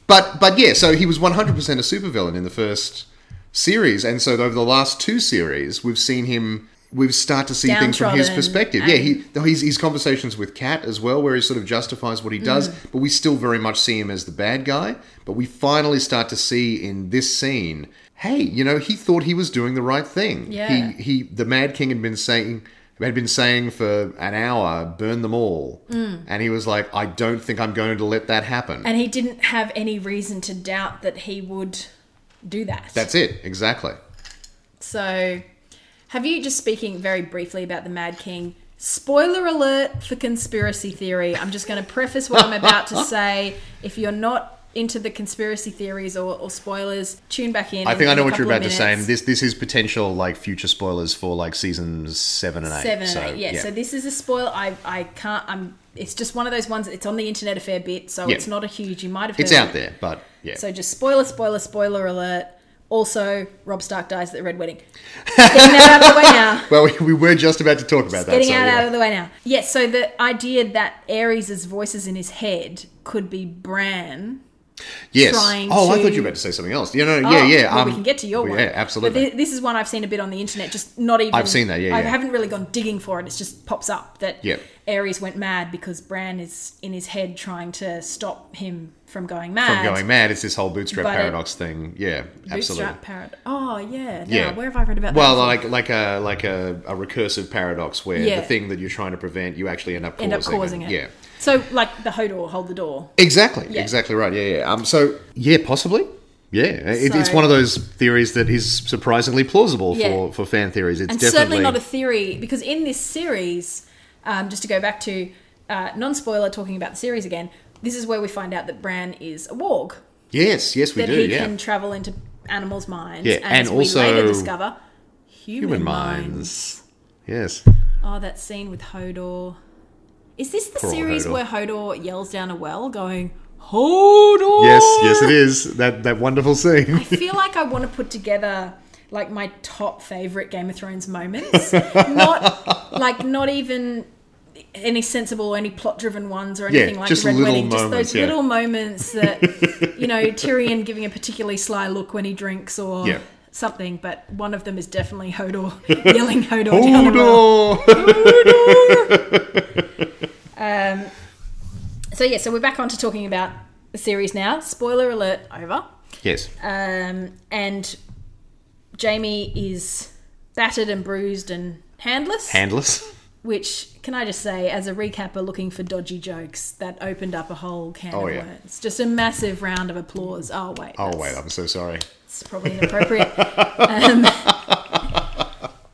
Speaker 2: But but yeah, so he was one hundred percent a supervillain in the first series, and so over the last two series, we've seen him. We've start to see things from his
Speaker 1: Downtrodden
Speaker 2: perspective. Yeah,
Speaker 1: and-
Speaker 2: he though he's his conversations with Kat as well, where he sort of justifies what he does,
Speaker 1: Mm.
Speaker 2: but we still very much see him as the bad guy. But we finally start to see in this scene, hey, you know, he thought he was doing the right thing.
Speaker 1: Yeah.
Speaker 2: He he the Mad King had been saying had been saying for an hour, burn them all.
Speaker 1: Mm.
Speaker 2: And he was like, I don't think I'm going to let that happen.
Speaker 1: and he didn't have any reason to doubt that he would do that.
Speaker 2: That's it, exactly.
Speaker 1: so have you just speaking very briefly about the Mad King? Spoiler alert for conspiracy theory. I'm just going to preface what I'm about to say. If you're not into the conspiracy theories or, or spoilers, tune back in.
Speaker 2: I think I know what you're about to say. And
Speaker 1: say.
Speaker 2: this this is potential like future spoilers for like seasons seven and eight.
Speaker 1: Seven
Speaker 2: so,
Speaker 1: and eight. Yeah. So this is a spoil. I I can't. I'm. It's just one of those ones. It's on the internet a fair bit, so
Speaker 2: Yeah.
Speaker 1: it's not a huge. You might have. Heard
Speaker 2: it's
Speaker 1: of
Speaker 2: out
Speaker 1: it.
Speaker 2: there, but yeah.
Speaker 1: So just spoiler, spoiler, spoiler alert. Also, Rob Stark dies at the Red Wedding. Getting that out of the way now.
Speaker 2: well, we, we were just about to talk about that.
Speaker 1: Getting
Speaker 2: so,
Speaker 1: out,
Speaker 2: yeah.
Speaker 1: out of the way now. Yes. so the idea that Ares' voices in his head could be Bran.
Speaker 2: yes.
Speaker 1: trying
Speaker 2: oh, I
Speaker 1: to-
Speaker 2: thought you were about to say something else. Yeah, no, no, yeah,
Speaker 1: Oh,
Speaker 2: yeah.
Speaker 1: well,
Speaker 2: um,
Speaker 1: we can get to your
Speaker 2: yeah,
Speaker 1: one.
Speaker 2: Yeah, absolutely.
Speaker 1: But thi- this is one I've seen a bit on the internet. Just not even.
Speaker 2: I've seen that, yeah,
Speaker 1: I
Speaker 2: yeah.
Speaker 1: haven't really gone digging for it. It just pops up that
Speaker 2: Yep.
Speaker 1: Ares went mad because Bran is in his head trying to stop him from going mad.
Speaker 2: From going mad, it's this whole bootstrap
Speaker 1: uh, But it-
Speaker 2: paradox thing. Yeah, absolutely.
Speaker 1: Bootstrap parrot. Oh yeah. Now,
Speaker 2: Yeah.
Speaker 1: Where have I read about that?
Speaker 2: Well,
Speaker 1: before?
Speaker 2: like like a like a, a recursive paradox where
Speaker 1: Yeah.
Speaker 2: the thing that you're trying to prevent, you actually end up causing.
Speaker 1: end up causing
Speaker 2: and-
Speaker 1: it.
Speaker 2: Yeah.
Speaker 1: So like the Hodor, hold the door.
Speaker 2: Exactly.
Speaker 1: Yeah.
Speaker 2: Exactly right. Yeah, yeah. Um, so yeah, possibly. Yeah, it, it's
Speaker 1: So-
Speaker 2: one of those theories that is surprisingly plausible
Speaker 1: Yeah.
Speaker 2: for, for fan theories. It's
Speaker 1: and
Speaker 2: definitely
Speaker 1: certainly not a theory because in this series um, just to go back to uh, non-spoiler talking about the series again this is where we find out that bran is a warg
Speaker 2: yes, yes, we
Speaker 1: that
Speaker 2: do.
Speaker 1: he
Speaker 2: Yeah,
Speaker 1: can travel into animals' minds
Speaker 2: Yeah,
Speaker 1: and,
Speaker 2: and
Speaker 1: as
Speaker 2: also
Speaker 1: we later discover human,
Speaker 2: human
Speaker 1: minds.
Speaker 2: minds. Yes,
Speaker 1: oh that scene with hodor is this the
Speaker 2: old
Speaker 1: series
Speaker 2: Hodor.
Speaker 1: where hodor yells down a well going hodor
Speaker 2: yes, yes. It is that that wonderful
Speaker 1: I
Speaker 2: scene.
Speaker 1: feel like I want to put together like my top favorite Game of Thrones moments. not like not even any sensible or any plot driven ones or
Speaker 2: Yeah,
Speaker 1: anything like
Speaker 2: just
Speaker 1: the Red
Speaker 2: little
Speaker 1: Wedding. just
Speaker 2: moments,
Speaker 1: those
Speaker 2: yeah.
Speaker 1: little moments that you know Tyrion giving a particularly sly look when he drinks or
Speaker 2: Yeah.
Speaker 1: something. But one of them is definitely Hodor yelling Hodor, down the well.
Speaker 2: Hodor.
Speaker 1: Um, so yeah, so we're back on to talking about the series now. Spoiler alert over.
Speaker 2: yes,
Speaker 1: um, and Jamie is battered and bruised and Handless?
Speaker 2: Handless.
Speaker 1: which can I just say, as a recapper looking for dodgy jokes, that opened up a whole can
Speaker 2: Oh,
Speaker 1: of
Speaker 2: yeah.
Speaker 1: worms. Just a massive round of applause. Oh wait,
Speaker 2: Oh
Speaker 1: that's-
Speaker 2: wait, I'm so sorry.
Speaker 1: it's probably inappropriate. um,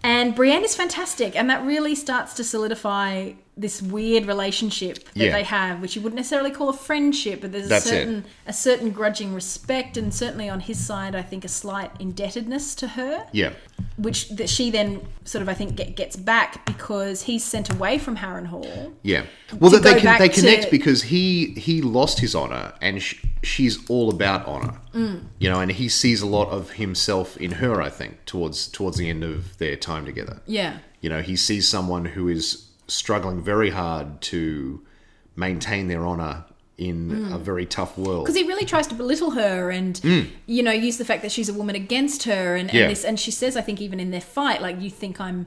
Speaker 1: and Brienne is fantastic, and that really starts to solidify this weird relationship that
Speaker 2: Yeah.
Speaker 1: they have, which you wouldn't necessarily call a friendship, but there's
Speaker 2: That's
Speaker 1: a
Speaker 2: it.
Speaker 1: certain a certain grudging respect, and certainly on his side, I think a slight indebtedness to her
Speaker 2: Yeah.
Speaker 1: which that she then sort of I think get, gets back because he's sent away from Harrenhal.
Speaker 2: Yeah. Well,
Speaker 1: To
Speaker 2: that they
Speaker 1: go
Speaker 2: can,
Speaker 1: back
Speaker 2: they connect
Speaker 1: to-
Speaker 2: because he he lost his honor, and sh- she's all about honor.
Speaker 1: Mm.
Speaker 2: You know, and he sees a lot of himself in her. I think towards towards the end of their time together.
Speaker 1: Yeah,
Speaker 2: You know, he sees someone who is struggling very hard to maintain their honor in a very tough world.
Speaker 1: Mm. because he really tries to belittle her and you know use the fact that she's a woman against her and,
Speaker 2: Hmm. Yeah.
Speaker 1: and this and she says I think even in their fight like you think I'm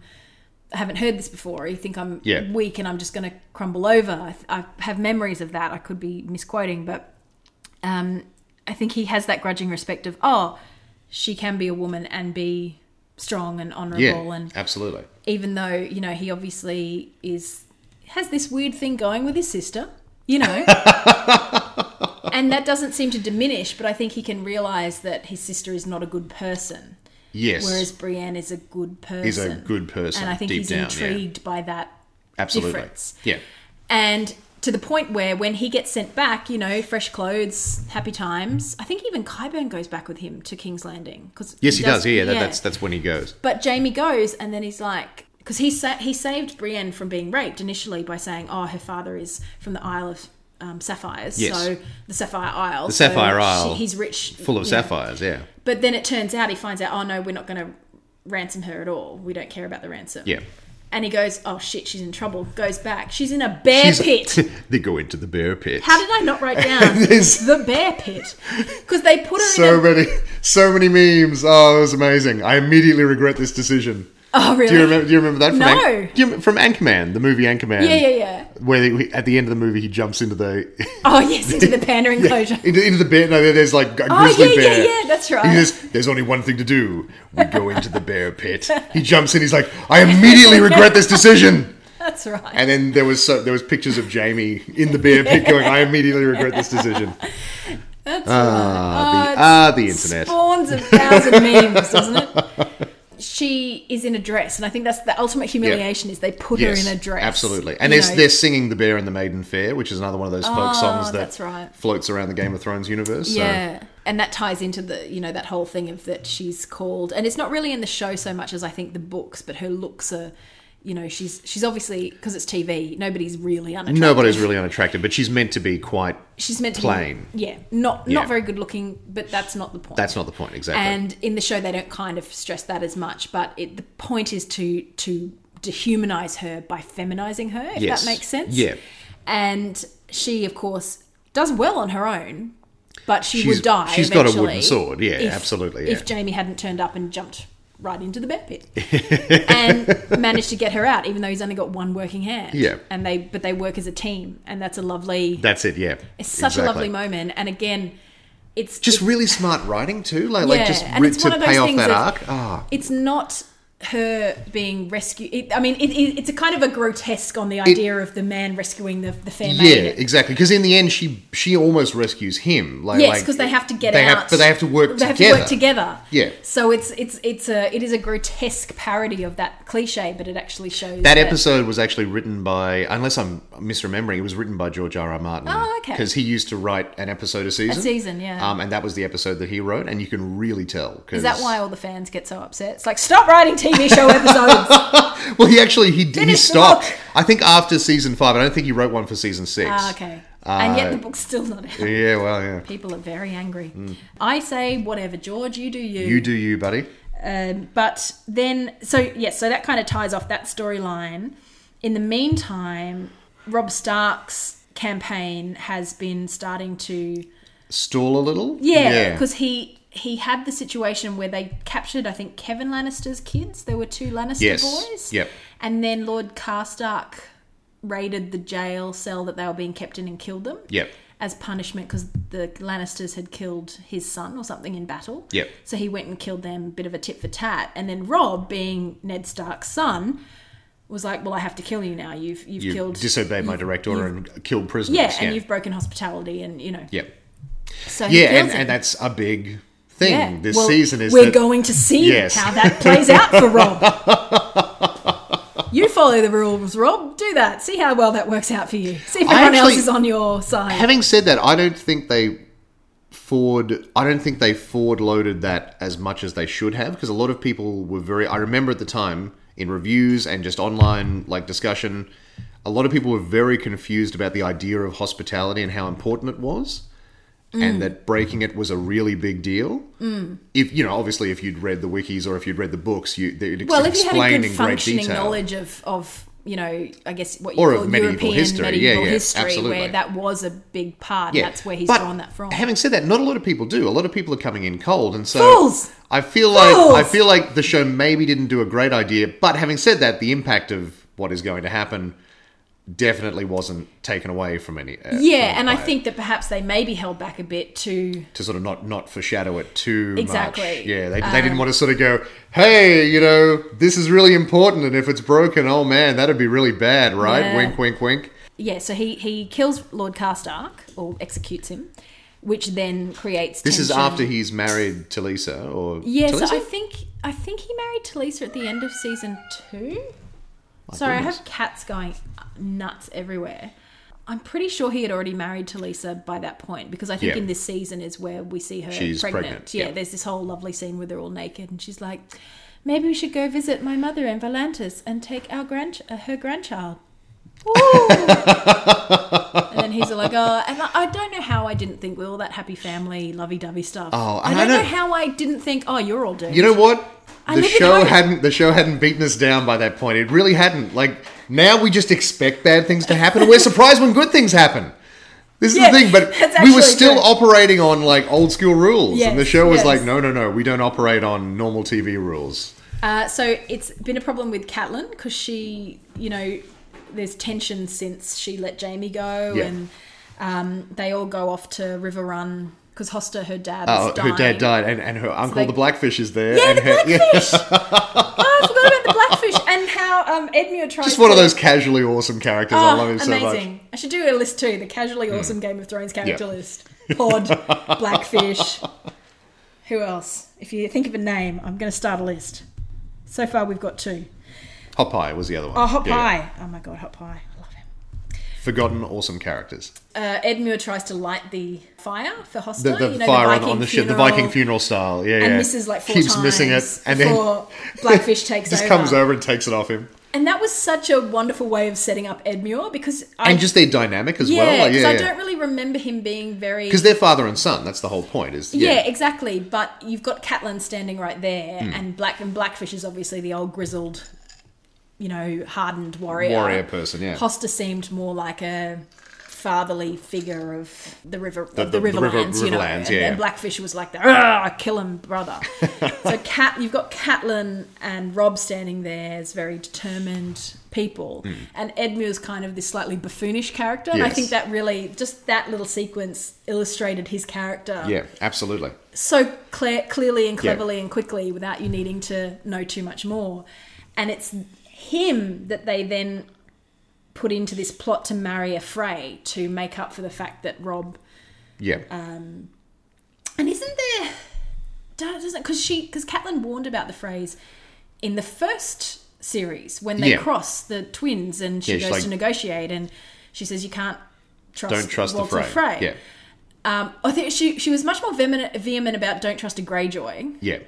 Speaker 1: I haven't heard this before. or You think I'm
Speaker 2: Yeah.
Speaker 1: weak and I'm just going to crumble over. I, th- I have memories of that. I could be misquoting, but um, I think he has that grudging respect of oh, she can be a woman and be strong and honourable
Speaker 2: yeah,
Speaker 1: and
Speaker 2: absolutely.
Speaker 1: even though you know he obviously is has this weird thing going with his sister you know and that doesn't seem to diminish but i think he can realize that his sister is not a good person
Speaker 2: Yes,
Speaker 1: whereas brienne is a good person
Speaker 2: he's a good person.
Speaker 1: and i think
Speaker 2: deep
Speaker 1: he's
Speaker 2: down, yeah,
Speaker 1: intrigued by that
Speaker 2: absolutely.
Speaker 1: difference.
Speaker 2: Yeah,
Speaker 1: and to the point where when he gets sent back you know fresh clothes happy times i think even kyburn goes back with him to king's landing because
Speaker 2: yes, he, does. Yeah, that, that's that's when he goes.
Speaker 1: but Jamie goes, and then he's like, because he sa- he saved Brienne from being raped initially by saying, "Oh, her father is from the Isle of um, Sapphires,
Speaker 2: Yes.
Speaker 1: so the Sapphire Isle, the
Speaker 2: Sapphire Isle,
Speaker 1: he's rich,
Speaker 2: Full of
Speaker 1: you know.
Speaker 2: sapphires. Yeah,
Speaker 1: But then it turns out he finds out, "Oh no, we're not going to ransom her at all. We don't care about the ransom."
Speaker 2: yeah.
Speaker 1: And he goes, "Oh shit, she's in trouble." Goes back. She's in a bear
Speaker 2: He's-
Speaker 1: pit.
Speaker 2: they go into the bear pit.
Speaker 1: How did I not write down
Speaker 2: There's-
Speaker 1: the bear pit? Because they put her in.
Speaker 2: so
Speaker 1: A-
Speaker 2: many, so many memes. Oh, it was amazing. I immediately regret this decision.
Speaker 1: oh really?
Speaker 2: Do you remember? Do you remember that? From
Speaker 1: No.
Speaker 2: Anch- do you rem- from Anchorman, the movie Anchorman.
Speaker 1: Yeah, yeah, yeah.
Speaker 2: Where they, at the end of the movie, he jumps into the
Speaker 1: Oh yes, into the panda enclosure.
Speaker 2: into, into the bear. No, there- there's like a grizzly
Speaker 1: Oh, yeah, yeah,
Speaker 2: bear.
Speaker 1: yeah, that's right.
Speaker 2: He says, "There's only one thing to do. We go into the bear pit." He jumps in. He's like, "I immediately regret this decision."
Speaker 1: That's right.
Speaker 2: And then there was so, there was pictures of Jamie in the bear pit going, "I immediately regret this decision."
Speaker 1: That's
Speaker 2: Ah,
Speaker 1: right.
Speaker 2: the-
Speaker 1: Oh, it's-
Speaker 2: ah, the internet.
Speaker 1: Spawns a thousand memes, doesn't it? She is in a dress, and I think that's the ultimate humiliation is they put her in a dress.
Speaker 2: Absolutely. And
Speaker 1: you
Speaker 2: there's,
Speaker 1: know.
Speaker 2: they're singing The Bear and the Maiden Fair, which is another one of those folk
Speaker 1: Oh,
Speaker 2: songs that
Speaker 1: that's right.
Speaker 2: floats around the Game of Thrones universe. so-
Speaker 1: yeah, and that ties into the you know that whole thing of that she's called, and it's not really in the show so much as I think the books, but her looks are, you know, she's she's obviously because it's TV, nobody's really unattractive.
Speaker 2: Nobody's really unattractive, but she's meant to be quite.
Speaker 1: she's meant to
Speaker 2: plain.
Speaker 1: be yeah, not
Speaker 2: Yeah.
Speaker 1: not very good looking, but that's not the point.
Speaker 2: That's not the point, exactly.
Speaker 1: and in the show they don't kind of stress that as much but it, the point is to to dehumanize her by feminizing her if
Speaker 2: Yes.
Speaker 1: that makes sense
Speaker 2: Yeah.
Speaker 1: and she of course does well on her own but she
Speaker 2: She's-
Speaker 1: would die
Speaker 2: she's got a
Speaker 1: eventually
Speaker 2: wooden sword. Yeah, absolutely, yeah.
Speaker 1: if jamie hadn't turned up and jumped right into the bear pit and managed to get her out even though he's only got one working hand
Speaker 2: Yeah.
Speaker 1: and they but they work as a team and that's a lovely
Speaker 2: That's it, yeah.
Speaker 1: it's such
Speaker 2: Exactly.
Speaker 1: a lovely moment and again it's
Speaker 2: Just
Speaker 1: it's-
Speaker 2: really smart writing, too. Like, like
Speaker 1: Yeah,
Speaker 2: just
Speaker 1: and
Speaker 2: ri-
Speaker 1: it's
Speaker 2: to
Speaker 1: one of those
Speaker 2: pay off
Speaker 1: things
Speaker 2: that
Speaker 1: of-
Speaker 2: arc. Ah,
Speaker 1: it's not her being rescued. It, I mean, it, it, it's a kind of a grotesque on the idea of the man rescuing the, the fair
Speaker 2: yeah,
Speaker 1: maiden.
Speaker 2: exactly. Because in the end, she she almost rescues him. Like,
Speaker 1: Yes,
Speaker 2: like,
Speaker 1: because they have to get
Speaker 2: they
Speaker 1: out.
Speaker 2: Have, but they have to work
Speaker 1: They have
Speaker 2: together.
Speaker 1: to work together.
Speaker 2: Yeah.
Speaker 1: So it's it's it's a it is a grotesque parody of that cliche, but it actually shows
Speaker 2: That episode was actually written by, unless I'm misremembering, it was written by George R. R. Martin.
Speaker 1: Oh, okay.
Speaker 2: Because he used to write an episode a season.
Speaker 1: season, yeah.
Speaker 2: Um, and that was the episode that he wrote, and you can really tell. Cause,
Speaker 1: Is that why all the fans get so upset? It's like stop writing TV show episodes.
Speaker 2: Well, he actually he did. He
Speaker 1: Finish the
Speaker 2: stopped.
Speaker 1: book.
Speaker 2: I think after season five. I don't think he wrote one for season six.
Speaker 1: ah, okay. and
Speaker 2: Uh,
Speaker 1: yet the book's still not out.
Speaker 2: Yeah. Well, yeah.
Speaker 1: People are very angry. I say whatever, George. You do
Speaker 2: You do you, buddy.
Speaker 1: Um, but then, so yes, so that kind of ties off that storyline. In the meantime, Rob Stark's campaign has been starting to
Speaker 2: Stall a little.
Speaker 1: yeah, because he he had the situation where they captured I think Kevin Lannister's kids. There were two Lannister
Speaker 2: Yes,
Speaker 1: boys.
Speaker 2: yep.
Speaker 1: And then Lord Karstark raided the jail cell that they were being kept in and killed them.
Speaker 2: Yep.
Speaker 1: As punishment because the Lannisters had killed his son or something in battle.
Speaker 2: Yep.
Speaker 1: So he went and killed them, bit of a tit for tat. And then Rob, being Ned Stark's son, was like, "Well, I have to kill you now. You've you've
Speaker 2: You
Speaker 1: killed
Speaker 2: disobeyed my direct order and killed prisoners.
Speaker 1: yeah, and you've broken hospitality, and you know,
Speaker 2: yeah,
Speaker 1: so he
Speaker 2: yeah, and,
Speaker 1: kills him.
Speaker 2: and that's a big thing
Speaker 1: Yeah.
Speaker 2: this
Speaker 1: Well,
Speaker 2: season. Is
Speaker 1: we're
Speaker 2: that,
Speaker 1: going to see
Speaker 2: Yes.
Speaker 1: how that plays out for Rob. you follow the rules, Rob. Do that. See how well that works out for you. See if
Speaker 2: I
Speaker 1: everyone else
Speaker 2: actually-
Speaker 1: is on your side.
Speaker 2: Having said that, I don't think they forward. I don't think they forward loaded that as much as they should have because a lot of people were very. I remember at the time in reviews and just online like discussion, a lot of people were very confused about the idea of hospitality and how important it was.
Speaker 1: Mm.
Speaker 2: And that breaking it was a really big deal. If you know, obviously, if you'd read the wikis or if you'd read the books, you they
Speaker 1: Well, if you had
Speaker 2: explained
Speaker 1: a good
Speaker 2: in great
Speaker 1: functioning
Speaker 2: detail.
Speaker 1: knowledge of of you know, I guess what you
Speaker 2: Or of
Speaker 1: call
Speaker 2: medieval
Speaker 1: European
Speaker 2: history. Yeah,
Speaker 1: medieval
Speaker 2: yeah,
Speaker 1: history, where
Speaker 2: absolutely.
Speaker 1: that was a big part. and That's where he's
Speaker 2: but
Speaker 1: drawn that from.
Speaker 2: Having said that, not a lot of people do. A lot of people are coming in cold, and so
Speaker 1: Fools!
Speaker 2: I feel
Speaker 1: Fools!
Speaker 2: like I feel like the show maybe didn't do a great idea. But having said that, the impact of what is going to happen definitely wasn't taken away from any. Uh,
Speaker 1: yeah,
Speaker 2: from
Speaker 1: and I
Speaker 2: by it,
Speaker 1: think that perhaps they may be held back a bit to
Speaker 2: to sort of not not foreshadow it too
Speaker 1: Exactly. Um,
Speaker 2: much. Yeah, they, they didn't want to sort of go, hey, you know, this is really important, and if it's broken, oh man, that'd be really bad, right?
Speaker 1: Yeah.
Speaker 2: Wink, wink, wink.
Speaker 1: yeah. So he he kills Lord Carstark or executes him, which then creates
Speaker 2: This is
Speaker 1: tension.
Speaker 2: after he's married Talisa, or
Speaker 1: Yeah,
Speaker 2: Talisa?
Speaker 1: so I think I think he married Talisa at the end of season two. Sorry, I
Speaker 2: goodness.
Speaker 1: have cats going nuts everywhere. I'm pretty sure he had already married Talisa by that point because I think
Speaker 2: Yeah.
Speaker 1: in this season is where we see her
Speaker 2: She's
Speaker 1: pregnant.
Speaker 2: pregnant,
Speaker 1: Yeah,
Speaker 2: yeah.
Speaker 1: there's this whole lovely scene where they're all naked and she's like, "Maybe we should go visit my mother in Valantis and take our grand uh, her grandchild." Ooh. and then he's all like, "Oh," and I, I don't know how I didn't think we're all that happy family, lovey-dovey stuff.
Speaker 2: Oh,
Speaker 1: I
Speaker 2: and
Speaker 1: don't,
Speaker 2: I
Speaker 1: know
Speaker 2: don't-
Speaker 1: how I didn't think, "Oh, you're all dirty."
Speaker 2: You know what?
Speaker 1: I
Speaker 2: The
Speaker 1: live at
Speaker 2: show
Speaker 1: home.
Speaker 2: hadn't the show hadn't beaten us down by that point. It really hadn't. Like now we just expect bad things to happen and we're surprised when good things happen. This is
Speaker 1: Yeah,
Speaker 2: the thing, but
Speaker 1: that's
Speaker 2: we were
Speaker 1: actually
Speaker 2: still
Speaker 1: true.
Speaker 2: operating on like old school rules. and the
Speaker 1: Yes,
Speaker 2: show was
Speaker 1: yes.
Speaker 2: like, no, no, no, we don't operate on normal TV rules.
Speaker 1: Uh, so it's been a problem with Catelyn because she, you know, there's tension since she let Jamie go,
Speaker 2: Yeah.
Speaker 1: and um, they all go off to River Run because Hosta, her dad,
Speaker 2: Oh,
Speaker 1: is dying.
Speaker 2: her dad died and, and her uncle
Speaker 1: like-
Speaker 2: the Blackfish is there.
Speaker 1: Yeah,
Speaker 2: and
Speaker 1: the
Speaker 2: her, yeah.
Speaker 1: blackfish. oh, I forgot about the blackfish and how um, Edmure tries.
Speaker 2: Just one of
Speaker 1: to-
Speaker 2: those casually awesome characters. I
Speaker 1: Oh,
Speaker 2: love him so
Speaker 1: amazing.
Speaker 2: much. Hmm.
Speaker 1: I should do a list too. The casually awesome Game of Thrones character
Speaker 2: Yeah.
Speaker 1: list. Pod, Blackfish. Who else? If you think of a name, I'm going to start a list. So far, we've got two.
Speaker 2: Hot Pie was the other one.
Speaker 1: Oh, Hot
Speaker 2: Yeah, yeah.
Speaker 1: Pie. Oh my god, Hot Pie. I love him.
Speaker 2: Forgotten awesome characters.
Speaker 1: Uh, Edmure tries to light the fire for Hosta.
Speaker 2: the, the
Speaker 1: you know,
Speaker 2: fire
Speaker 1: the
Speaker 2: on,
Speaker 1: Viking
Speaker 2: on the ship, the
Speaker 1: funeral,
Speaker 2: Viking funeral style. Yeah,
Speaker 1: And
Speaker 2: yeah.
Speaker 1: misses like four
Speaker 2: keeps
Speaker 1: times
Speaker 2: missing it, and then
Speaker 1: before Blackfish takes
Speaker 2: just
Speaker 1: over.
Speaker 2: comes over and takes it off him.
Speaker 1: And that was such a wonderful way of setting up Edmure because I
Speaker 2: And just their dynamic as
Speaker 1: yeah,
Speaker 2: well. Like,
Speaker 1: because
Speaker 2: yeah,
Speaker 1: I
Speaker 2: yeah.
Speaker 1: don't really remember him being very
Speaker 2: Because they're father and son. That's the whole point. Is
Speaker 1: Yeah.
Speaker 2: yeah, Hmm.
Speaker 1: exactly. But you've got Catelyn standing right there, and Black and Blackfish is obviously the old grizzled, you know, hardened warrior.
Speaker 2: warrior person. Yeah,
Speaker 1: Hosta seemed more like a fatherly figure of the river, of the,
Speaker 2: the- the river-
Speaker 1: Riverlands, you know.
Speaker 2: Riverlands,
Speaker 1: and,
Speaker 2: yeah,
Speaker 1: and
Speaker 2: yeah.
Speaker 1: Blackfish was like the "Ah, kill him, brother. so Cat, you've got Catelyn and Rob standing there as very determined people, and Edmure's kind of this slightly buffoonish character. And I
Speaker 2: Hmm. Yes.
Speaker 1: think that really just that little sequence illustrated his character
Speaker 2: yeah, absolutely.
Speaker 1: so clear, clearly and cleverly and quickly without you needing to know too much more. And it's him that they then put into this plot to marry a Frey to make up for the fact that Rob.
Speaker 2: Yeah,
Speaker 1: Uh, And isn't there. don't- Doesn't. Because she. Because Catelyn warned about the phrase in the first series when they
Speaker 2: Yeah.
Speaker 1: cross the twins and she
Speaker 2: Yeah, she's
Speaker 1: goes
Speaker 2: like-
Speaker 1: to negotiate and she says, You can't trust,
Speaker 2: don't trust the
Speaker 1: Walter Frey.
Speaker 2: fray. Yeah,
Speaker 1: Um, I think she, she was much more vehement, vehement about don't trust a Greyjoy.
Speaker 2: yeah.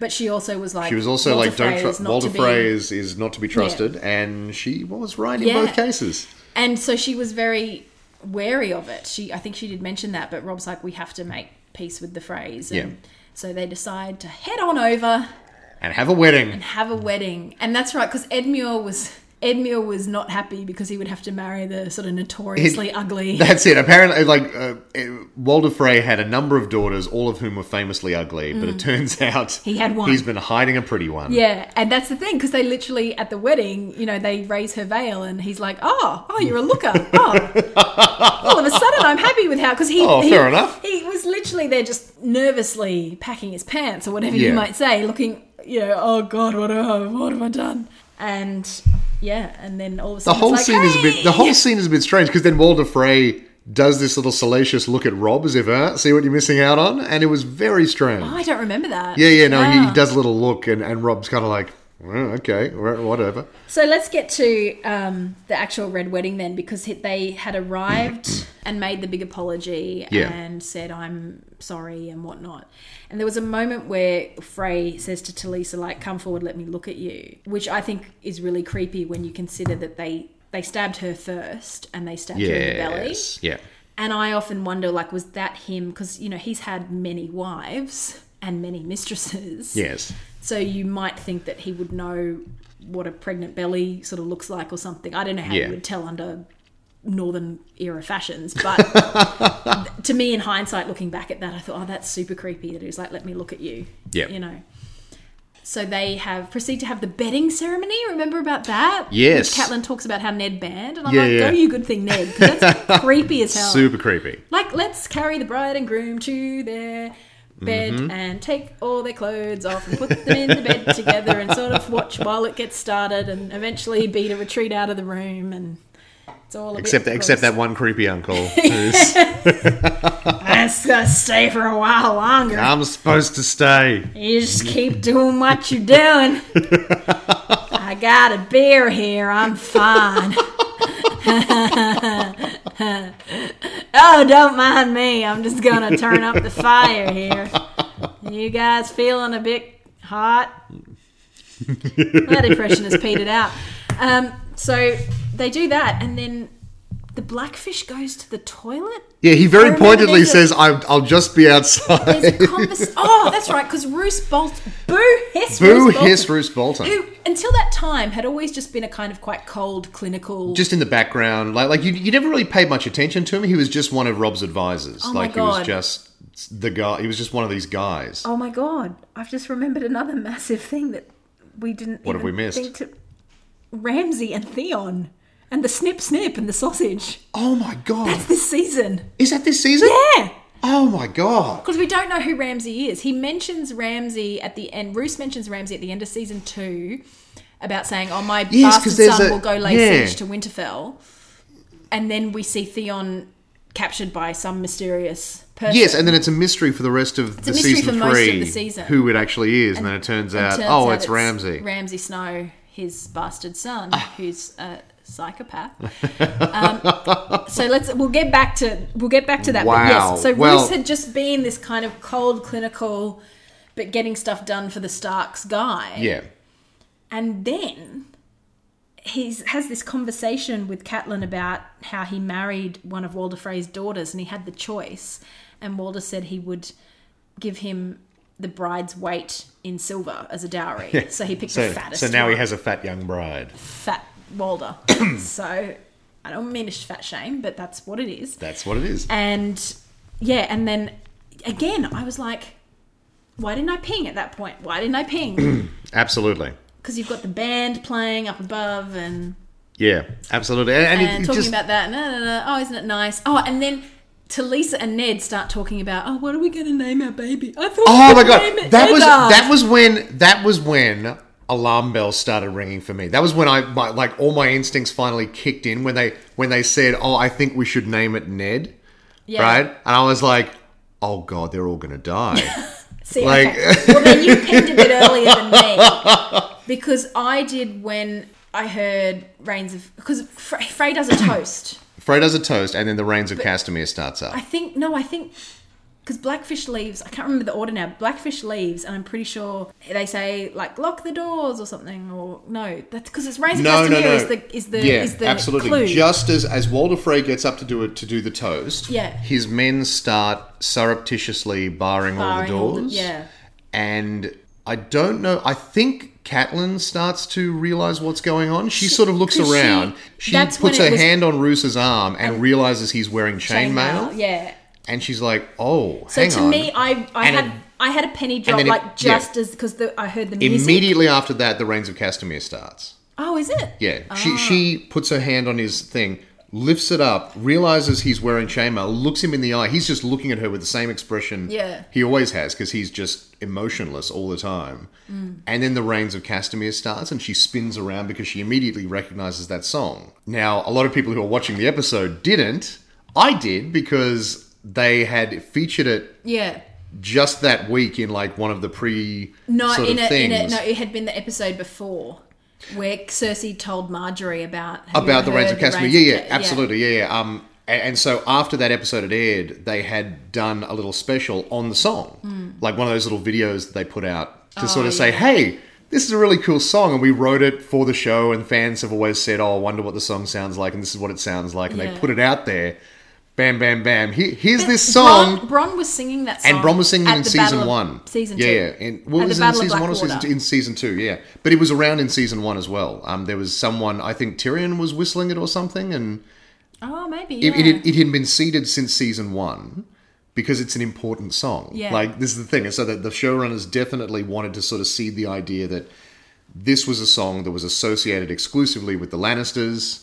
Speaker 1: But she also was like
Speaker 2: She was also
Speaker 1: Walter
Speaker 2: like, don't
Speaker 1: Frey
Speaker 2: trust.
Speaker 1: is not
Speaker 2: Walter
Speaker 1: to be-
Speaker 2: Frey is, is not to be trusted, and she was right in
Speaker 1: Yeah.
Speaker 2: both cases.
Speaker 1: And so she was very wary of it. She, I think she did mention that, but Rob's like, we have to make peace with the phrase. And
Speaker 2: Yeah.
Speaker 1: So they decide to head on over,
Speaker 2: And have a wedding.
Speaker 1: have a wedding, and that's right because Edmure was Edmure was not happy because he would have to marry the sort of notoriously ugly.
Speaker 2: That's it. Apparently, like uh, uh, Walder Frey had a number of daughters, all of whom were famously ugly. But it turns out
Speaker 1: Mm. He had one.
Speaker 2: He's been hiding a pretty one.
Speaker 1: Yeah, and that's the thing because they literally at the wedding, you know, they raise her veil, and he's like, "Oh, oh, you're a looker." Oh, all of a sudden, I'm happy with how because he,
Speaker 2: Oh,
Speaker 1: he-
Speaker 2: fair enough.
Speaker 1: He was literally there, just nervously packing his pants or whatever you
Speaker 2: Yeah.
Speaker 1: might say, looking, you know, oh god, what have I, what have I done? And Yeah, and then all of a
Speaker 2: The
Speaker 1: sudden,
Speaker 2: whole
Speaker 1: it's like,
Speaker 2: scene is a bit. The
Speaker 1: "Hey!"
Speaker 2: whole scene is a bit strange because then Walter Frey does this little salacious look at Rob as if, uh, see what you're missing out on, and it was very strange.
Speaker 1: Oh, I don't remember that.
Speaker 2: Yeah, yeah, no, he, he
Speaker 1: Wow.
Speaker 2: does a little look, and, and Rob's kind of like, "Well, okay, wha- whatever.
Speaker 1: So let's get to um, the actual red wedding then, because he- they had arrived and made the big apology
Speaker 2: Yeah.
Speaker 1: and said, "I'm sorry" and whatnot. And there was a moment where Frey says to Talisa, "Like, come forward, let me look at you," which I think is really creepy when you consider that they they stabbed her first and they stabbed her in the belly.
Speaker 2: Yes, yeah.
Speaker 1: And I often wonder, like, was that him? Because you know he's had many wives and many mistresses.
Speaker 2: Yes.
Speaker 1: So you might think that he would know what a pregnant belly sort of looks like or something. I don't know how
Speaker 2: Yeah.
Speaker 1: you would tell under northern era fashions, but to me in hindsight looking back at that I thought, oh that's super creepy that he was like, let me look at you.
Speaker 2: Yeah.
Speaker 1: You know. So they have proceed to have the bedding ceremony. Remember about that?
Speaker 2: Yes.
Speaker 1: Which Catelyn talks about how Ned banned, and I'm
Speaker 2: Yeah,
Speaker 1: like,
Speaker 2: yeah.
Speaker 1: "Go, you good thing, Ned." 'cause That's creepy as hell.
Speaker 2: Super creepy.
Speaker 1: Like, let's carry the bride and groom to their bed
Speaker 2: Mm-hmm.
Speaker 1: and take all their clothes off and put them in the bed together and sort of watch while it gets started and eventually beat a retreat out of the room and it's all a
Speaker 2: Except
Speaker 1: bit
Speaker 2: that, except that
Speaker 1: gross.
Speaker 2: one creepy uncle. who's,
Speaker 1: That's gonna stay for a while longer.
Speaker 2: I'm supposed to stay.
Speaker 1: You just keep doing what you're doing. I got a beer here. I'm fine. oh, don't mind me. I'm just going to turn up the fire here. You guys feeling a bit hot? that impression has petered out. Um, so they do that, and then the blackfish goes to the toilet.
Speaker 2: Yeah, he
Speaker 1: I
Speaker 2: very
Speaker 1: remember
Speaker 2: pointedly
Speaker 1: there's a-
Speaker 2: says, i "I'll just be outside."
Speaker 1: There's a convers- oh, that's right, because Roose Bolt. Boo hiss.
Speaker 2: Boo
Speaker 1: Roose Bolton.
Speaker 2: hiss, Bruce Bolton.
Speaker 1: who until that time had always just been a kind of quite cold clinical
Speaker 2: Just in the background, like like you, you never really paid much attention to him. He was just one of Rob's advisors.
Speaker 1: Oh my
Speaker 2: like he was
Speaker 1: God.
Speaker 2: just the guy. He was just one of these guys.
Speaker 1: oh my god i've just remembered another massive thing that we didn't
Speaker 2: What have
Speaker 1: even
Speaker 2: we missed?
Speaker 1: think to ramsey and theon and the snip snip and the sausage
Speaker 2: Oh my god,
Speaker 1: that's this season
Speaker 2: is that this season?
Speaker 1: yeah
Speaker 2: Oh my god.
Speaker 1: because we don't know who ramsey is he mentions ramsey at the end roos mentions ramsey at the end of season two about saying oh my
Speaker 2: 'cause
Speaker 1: bastard
Speaker 2: there's
Speaker 1: son
Speaker 2: a-
Speaker 1: will go lay
Speaker 2: yeah.
Speaker 1: siege to winterfell and then we see theon captured by some mysterious person
Speaker 2: Yes, and then it's a mystery for the rest of the
Speaker 1: a mystery
Speaker 2: season
Speaker 1: for most of
Speaker 2: three
Speaker 1: the season.
Speaker 2: who it actually is, and, then it turns out,
Speaker 1: turns
Speaker 2: oh,
Speaker 1: out
Speaker 2: it's, Ramsey.
Speaker 1: Ramsey Snow, his bastard son,
Speaker 2: Ah.
Speaker 1: who's a psychopath. um, so let's we'll get back to we'll get back to that. But
Speaker 2: Wow.
Speaker 1: yes, so
Speaker 2: Well-
Speaker 1: Roose had just been this kind of cold, clinical, but getting stuff done for the Starks guy,
Speaker 2: yeah,
Speaker 1: and then. He's has this conversation with Catelyn about how he married one of Walder Frey's daughters and he had the choice. And Walder said he would give him the bride's weight in silver as a dowry. So he picked
Speaker 2: so
Speaker 1: the fattest.
Speaker 2: so now he
Speaker 1: one
Speaker 2: has a fat young bride.
Speaker 1: fat Walder. so I don't mean to fat shame, but that's what it is.
Speaker 2: That's what it is.
Speaker 1: And yeah, and then again, I was like, why didn't I ping at that point? Why didn't I ping?
Speaker 2: Absolutely.
Speaker 1: Because you've got the band playing up above and,
Speaker 2: Yeah, absolutely. And, and it-
Speaker 1: and
Speaker 2: it,
Speaker 1: talking
Speaker 2: just
Speaker 1: about that. No, no, no. Oh, isn't it nice? Oh, and then. Talisa and Ned start talking about, oh, what are we going to name our baby? I thought,
Speaker 2: Oh
Speaker 1: we
Speaker 2: my
Speaker 1: could name
Speaker 2: god,
Speaker 1: it
Speaker 2: that was
Speaker 1: Eddard.
Speaker 2: that was when that was when alarm bells started ringing for me. That was when I my, like all my instincts finally kicked in when they when they said, "Oh, I think we should name it Ned,"
Speaker 1: Yeah.
Speaker 2: right? And I was like, "Oh god, they're all gonna die."
Speaker 1: See,
Speaker 2: Like-
Speaker 1: okay. well, then you pinged a bit earlier than me because I did when I heard Reigns of because Frey, Frey does a toast.
Speaker 2: Fro does a toast, and then the reigns of Castamere starts up.
Speaker 1: I think no, I think because Blackfish leaves. I can't remember the order now. Blackfish leaves, and I'm pretty sure they say like lock the doors or something. Or no, that's because it's Reigns of Castamere is the is the
Speaker 2: yeah,
Speaker 1: is the
Speaker 2: absolutely.
Speaker 1: clue.
Speaker 2: Just as as Walder Frey gets up to do it to do the toast,
Speaker 1: Yeah.
Speaker 2: his men start surreptitiously barring,
Speaker 1: Barring all
Speaker 2: all
Speaker 1: the-
Speaker 2: the doors.
Speaker 1: yeah.
Speaker 2: and I don't know. I think Catelyn starts to realize what's going on. She, sort of looks
Speaker 1: 'cause she-
Speaker 2: around. She,
Speaker 1: that's when
Speaker 2: puts
Speaker 1: it
Speaker 2: her
Speaker 1: was-
Speaker 2: hand on Roos's arm and, realizes he's wearing chainmail,
Speaker 1: yeah.
Speaker 2: and she's like, "Oh,
Speaker 1: So
Speaker 2: hang
Speaker 1: to
Speaker 2: on."
Speaker 1: me, I I
Speaker 2: And
Speaker 1: had
Speaker 2: it-
Speaker 1: I had a penny drop
Speaker 2: then it-
Speaker 1: like
Speaker 2: yeah.
Speaker 1: just as because I heard the music.
Speaker 2: Immediately after that, the reigns of Castamere starts.
Speaker 1: oh, is it?
Speaker 2: Yeah, she she puts her hand on his thing. lifts it up, realizes he's wearing chainmail, looks him in the eye. He's just looking at her with the same expression
Speaker 1: Yeah.
Speaker 2: he always has because he's just emotionless all the time.
Speaker 1: Mm.
Speaker 2: And then the Reigns of Castamere starts and she spins around because she immediately recognizes that song. Now, a lot of people who are watching the episode didn't. I did because they had featured it
Speaker 1: Yeah.
Speaker 2: just that week in like one of the pre
Speaker 1: No,
Speaker 2: sort
Speaker 1: in
Speaker 2: of
Speaker 1: it, in
Speaker 2: things.
Speaker 1: it, no, it had been the episode before where Cersei told Marjorie about have you
Speaker 2: about the
Speaker 1: heard
Speaker 2: Reigns of Castamere.
Speaker 1: Reigns
Speaker 2: Yeah,
Speaker 1: of
Speaker 2: yeah,
Speaker 1: Ca-
Speaker 2: absolutely. Yeah, yeah. Um, a- and, so after that episode had aired, they had done a little special on the song,
Speaker 1: Hmm.
Speaker 2: like one of those little videos that they put out
Speaker 1: Oh,
Speaker 2: to sort of say, "Hey, this is a really cool song, and we wrote it for the show." And fans have always said, "Oh, I wonder what the song sounds like," and this is what it sounds like, and
Speaker 1: Yeah.
Speaker 2: they put it out there. Bam, bam, bam. Here, here's
Speaker 1: But
Speaker 2: this song.
Speaker 1: Bron, Bron was singing that song.
Speaker 2: And Bron was singing
Speaker 1: at
Speaker 2: in
Speaker 1: the
Speaker 2: season
Speaker 1: Battle of-
Speaker 2: one.
Speaker 1: Season
Speaker 2: yeah,
Speaker 1: two.
Speaker 2: Yeah, And well,
Speaker 1: At
Speaker 2: it
Speaker 1: the
Speaker 2: was in
Speaker 1: Battle of
Speaker 2: season one or season
Speaker 1: Blackwater.
Speaker 2: two? In season two, yeah. But it was around in season one as well. Um, there was someone, I think Tyrion was whistling it or something, and
Speaker 1: Oh, maybe.
Speaker 2: it,
Speaker 1: Yeah.
Speaker 2: it, had- it had been seeded since season one because it's an important song.
Speaker 1: Yeah.
Speaker 2: Like, this is the thing. And so that the showrunners definitely wanted to sort of seed the idea that this was a song that was associated exclusively with the Lannisters,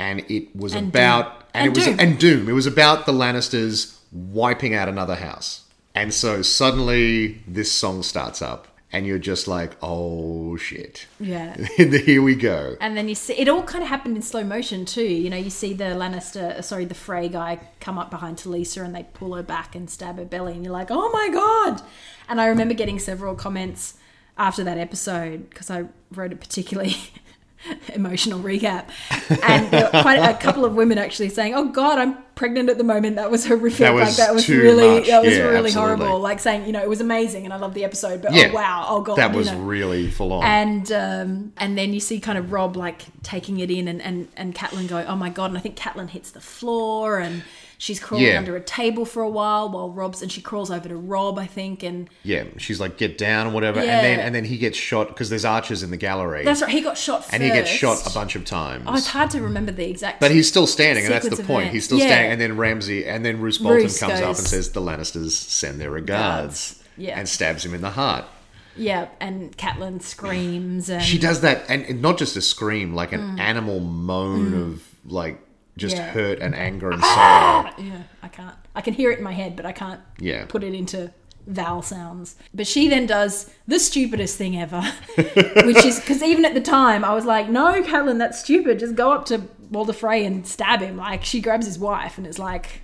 Speaker 2: and it was
Speaker 1: Mm. And
Speaker 2: about
Speaker 1: Doom.
Speaker 2: and,
Speaker 1: And
Speaker 2: it was
Speaker 1: Doom.
Speaker 2: and Doom. It was about the Lannisters wiping out another house, and so suddenly this song starts up, and you're just like, oh shit,
Speaker 1: yeah.
Speaker 2: here we go.
Speaker 1: And then you see it all kind of happened in slow motion too. You know, you see the Lannister, uh, sorry, the Frey guy come up behind Talisa and they pull her back and stab her belly, and you're like, oh my god! And I remember getting several comments after that episode because I wrote a particularly emotional recap, and there were quite a couple of women actually saying, oh god, I'm pregnant at the moment. That was horrific.
Speaker 2: That
Speaker 1: like
Speaker 2: was
Speaker 1: that was
Speaker 2: too
Speaker 1: really
Speaker 2: much.
Speaker 1: that was
Speaker 2: Yeah,
Speaker 1: really
Speaker 2: absolutely.
Speaker 1: horrible. Like saying, you know, it was amazing and I love the episode, but
Speaker 2: Yeah.
Speaker 1: oh wow, oh god,
Speaker 2: that
Speaker 1: you
Speaker 2: was
Speaker 1: know
Speaker 2: really full on.
Speaker 1: and um, and then you see kind of Rob like taking it in, and and and Catelyn go, oh my god! And I think Catelyn hits the floor, and she's crawling
Speaker 2: Yeah.
Speaker 1: under a table for a while while Rob's, and she crawls over to Rob, I think, and
Speaker 2: yeah, she's like, get down, whatever,
Speaker 1: Yeah.
Speaker 2: and then and then he gets shot because there's archers in the gallery,
Speaker 1: that's right, he got shot first,
Speaker 2: and he gets shot a bunch of times.
Speaker 1: Oh, it's hard to remember the exact.
Speaker 2: But he's still standing, and that's
Speaker 1: Sequence
Speaker 2: the
Speaker 1: of
Speaker 2: point.
Speaker 1: events.
Speaker 2: He's still
Speaker 1: Yeah.
Speaker 2: standing, and then Ramsey, and then Roose Bolton
Speaker 1: Roose
Speaker 2: comes up
Speaker 1: goes-
Speaker 2: and says, "The Lannisters send their regards,"
Speaker 1: Yeah.
Speaker 2: and stabs him in the heart.
Speaker 1: yeah, and Catelyn screams, and Mm.
Speaker 2: She does that, and, and not just a scream, like an animal moan of like just
Speaker 1: Yeah. Ah!
Speaker 2: hurt and anger and sorrow.
Speaker 1: yeah, I can't. I can hear it in my head, but I can't
Speaker 2: Yeah.
Speaker 1: put it into vowel sounds. But she then does the stupidest thing ever, which is because even at the time I was like, no, Catelyn, that's stupid. Just go up to Walder Frey and stab him. Like she grabs his wife and it's like,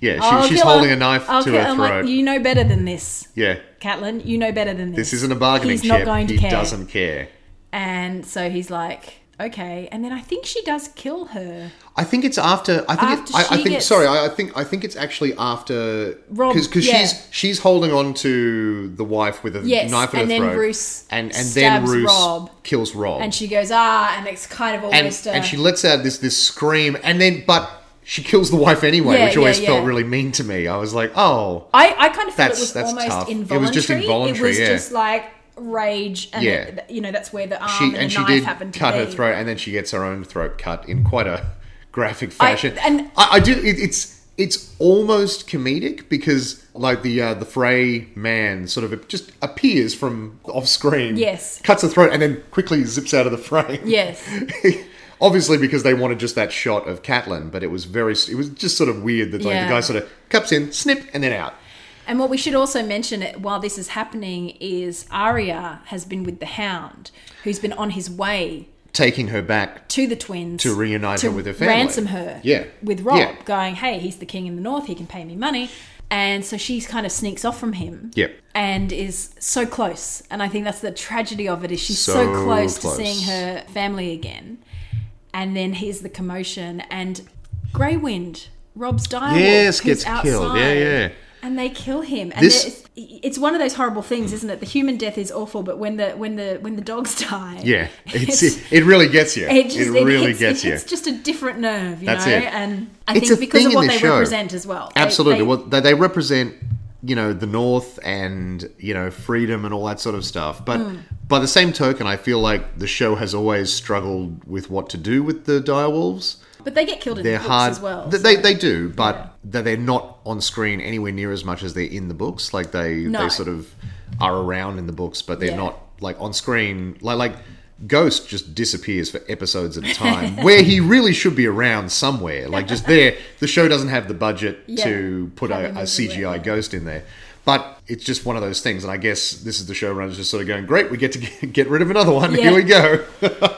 Speaker 2: Yeah,
Speaker 1: "I'll
Speaker 2: she, she's
Speaker 1: kill her.
Speaker 2: holding a knife
Speaker 1: I'll
Speaker 2: to
Speaker 1: kill-"
Speaker 2: her throat.
Speaker 1: I'm like, you know better than this,
Speaker 2: yeah,
Speaker 1: Catelyn. You know better than this.
Speaker 2: this isn't a bargaining
Speaker 1: He's not
Speaker 2: chip.
Speaker 1: going to
Speaker 2: he
Speaker 1: care.
Speaker 2: doesn't care.
Speaker 1: And so he's like, okay. And then I think she does kill her.
Speaker 2: I think it's after. I think.
Speaker 1: After
Speaker 2: it, I, I
Speaker 1: she
Speaker 2: think.
Speaker 1: gets-
Speaker 2: Sorry, I, I think. I think it's actually after
Speaker 1: Rob,
Speaker 2: because
Speaker 1: yeah.
Speaker 2: she's she's holding on to the wife with a
Speaker 1: Yes,
Speaker 2: knife
Speaker 1: and
Speaker 2: at her
Speaker 1: then
Speaker 2: throat,
Speaker 1: Roose
Speaker 2: and and then
Speaker 1: stabs
Speaker 2: Roose
Speaker 1: Rob.
Speaker 2: kills Rob,
Speaker 1: And she goes, ah, and it's kind of
Speaker 2: and,
Speaker 1: almost a.
Speaker 2: and she lets out this this scream, and then but she kills the wife anyway,
Speaker 1: Yeah,
Speaker 2: which always
Speaker 1: yeah,
Speaker 2: felt
Speaker 1: yeah.
Speaker 2: really mean to me. I was like, oh,
Speaker 1: I, I kind of felt it
Speaker 2: That's-
Speaker 1: was
Speaker 2: that's
Speaker 1: almost
Speaker 2: tough. It was
Speaker 1: involuntary.
Speaker 2: just involuntary,
Speaker 1: was
Speaker 2: yeah.
Speaker 1: just like rage, and
Speaker 2: Yeah.
Speaker 1: th- you know that's where the arm
Speaker 2: she
Speaker 1: Um, and,
Speaker 2: and,
Speaker 1: the
Speaker 2: she
Speaker 1: knife
Speaker 2: did
Speaker 1: happened to
Speaker 2: cut her
Speaker 1: be.
Speaker 2: throat, and then she gets her own throat cut in quite a graphic fashion.
Speaker 1: and-
Speaker 2: I, I do. It, it's it's almost comedic because like the uh, the Frey man sort of just appears from off screen.
Speaker 1: Yes.
Speaker 2: cuts her throat and then quickly zips out of the frame.
Speaker 1: Yes.
Speaker 2: Obviously, because they wanted just that shot of Catelyn, but it was very, it was just sort of weird that like
Speaker 1: Yeah.
Speaker 2: the guy sort of cups in, snip, and then out.
Speaker 1: And what we should also mention it- while this is happening is Arya has been with the Hound, who's been on his way
Speaker 2: taking her back.
Speaker 1: to the twins
Speaker 2: To reunite her with her family.
Speaker 1: ransom her
Speaker 2: Yeah.
Speaker 1: with Rob,
Speaker 2: Yeah.
Speaker 1: going, "Hey, he's the king in the north. He can pay me money." And so she kind of sneaks off from him.
Speaker 2: Yep.
Speaker 1: and is so close. And I think that's the tragedy of it is she's so,
Speaker 2: So
Speaker 1: close,
Speaker 2: close.
Speaker 1: to seeing her family again. And then here's the commotion and Grey Wind, Rob's direwolf,
Speaker 2: Yes,
Speaker 1: who's
Speaker 2: gets killed. Yeah,
Speaker 1: outside,
Speaker 2: yeah.
Speaker 1: And they kill him. And
Speaker 2: This-
Speaker 1: there's- it's one of those horrible things, isn't it? The human death is awful, but when the when the when the dogs die,
Speaker 2: Yeah, it's, it, it really gets you. It,
Speaker 1: it, just, it
Speaker 2: really
Speaker 1: hits,
Speaker 2: gets
Speaker 1: it
Speaker 2: you.
Speaker 1: hits just a different nerve, you
Speaker 2: That's
Speaker 1: know.
Speaker 2: it.
Speaker 1: And I
Speaker 2: It's
Speaker 1: think
Speaker 2: a
Speaker 1: because
Speaker 2: thing
Speaker 1: of
Speaker 2: in
Speaker 1: what
Speaker 2: this
Speaker 1: they
Speaker 2: show.
Speaker 1: represent as well, They-
Speaker 2: Absolutely.
Speaker 1: they-
Speaker 2: well, they, they represent, you know, the North and you know freedom and all that sort of stuff. But
Speaker 1: Mm.
Speaker 2: by the same token, I feel like the show has always struggled with what to do with the direwolves.
Speaker 1: but they get killed in the
Speaker 2: They're
Speaker 1: books
Speaker 2: hard.
Speaker 1: as well.
Speaker 2: th- they, they do, but that they're not on screen anywhere near as much as they're in the books. Like they
Speaker 1: No.
Speaker 2: they sort of are around in the books, but they're
Speaker 1: Yeah.
Speaker 2: not like on screen. Like like Ghost just disappears for episodes at a time, where he really should be around somewhere. Like just there, the show doesn't have the budget
Speaker 1: Yeah.
Speaker 2: to put
Speaker 1: Have
Speaker 2: a,
Speaker 1: him
Speaker 2: a
Speaker 1: everywhere,
Speaker 2: CGI
Speaker 1: yeah.
Speaker 2: ghost in there. But it's just one of those things, and I guess this is the showrunners just sort of going, "Great, we get to get, get rid of another one.
Speaker 1: Yeah.
Speaker 2: Here we go."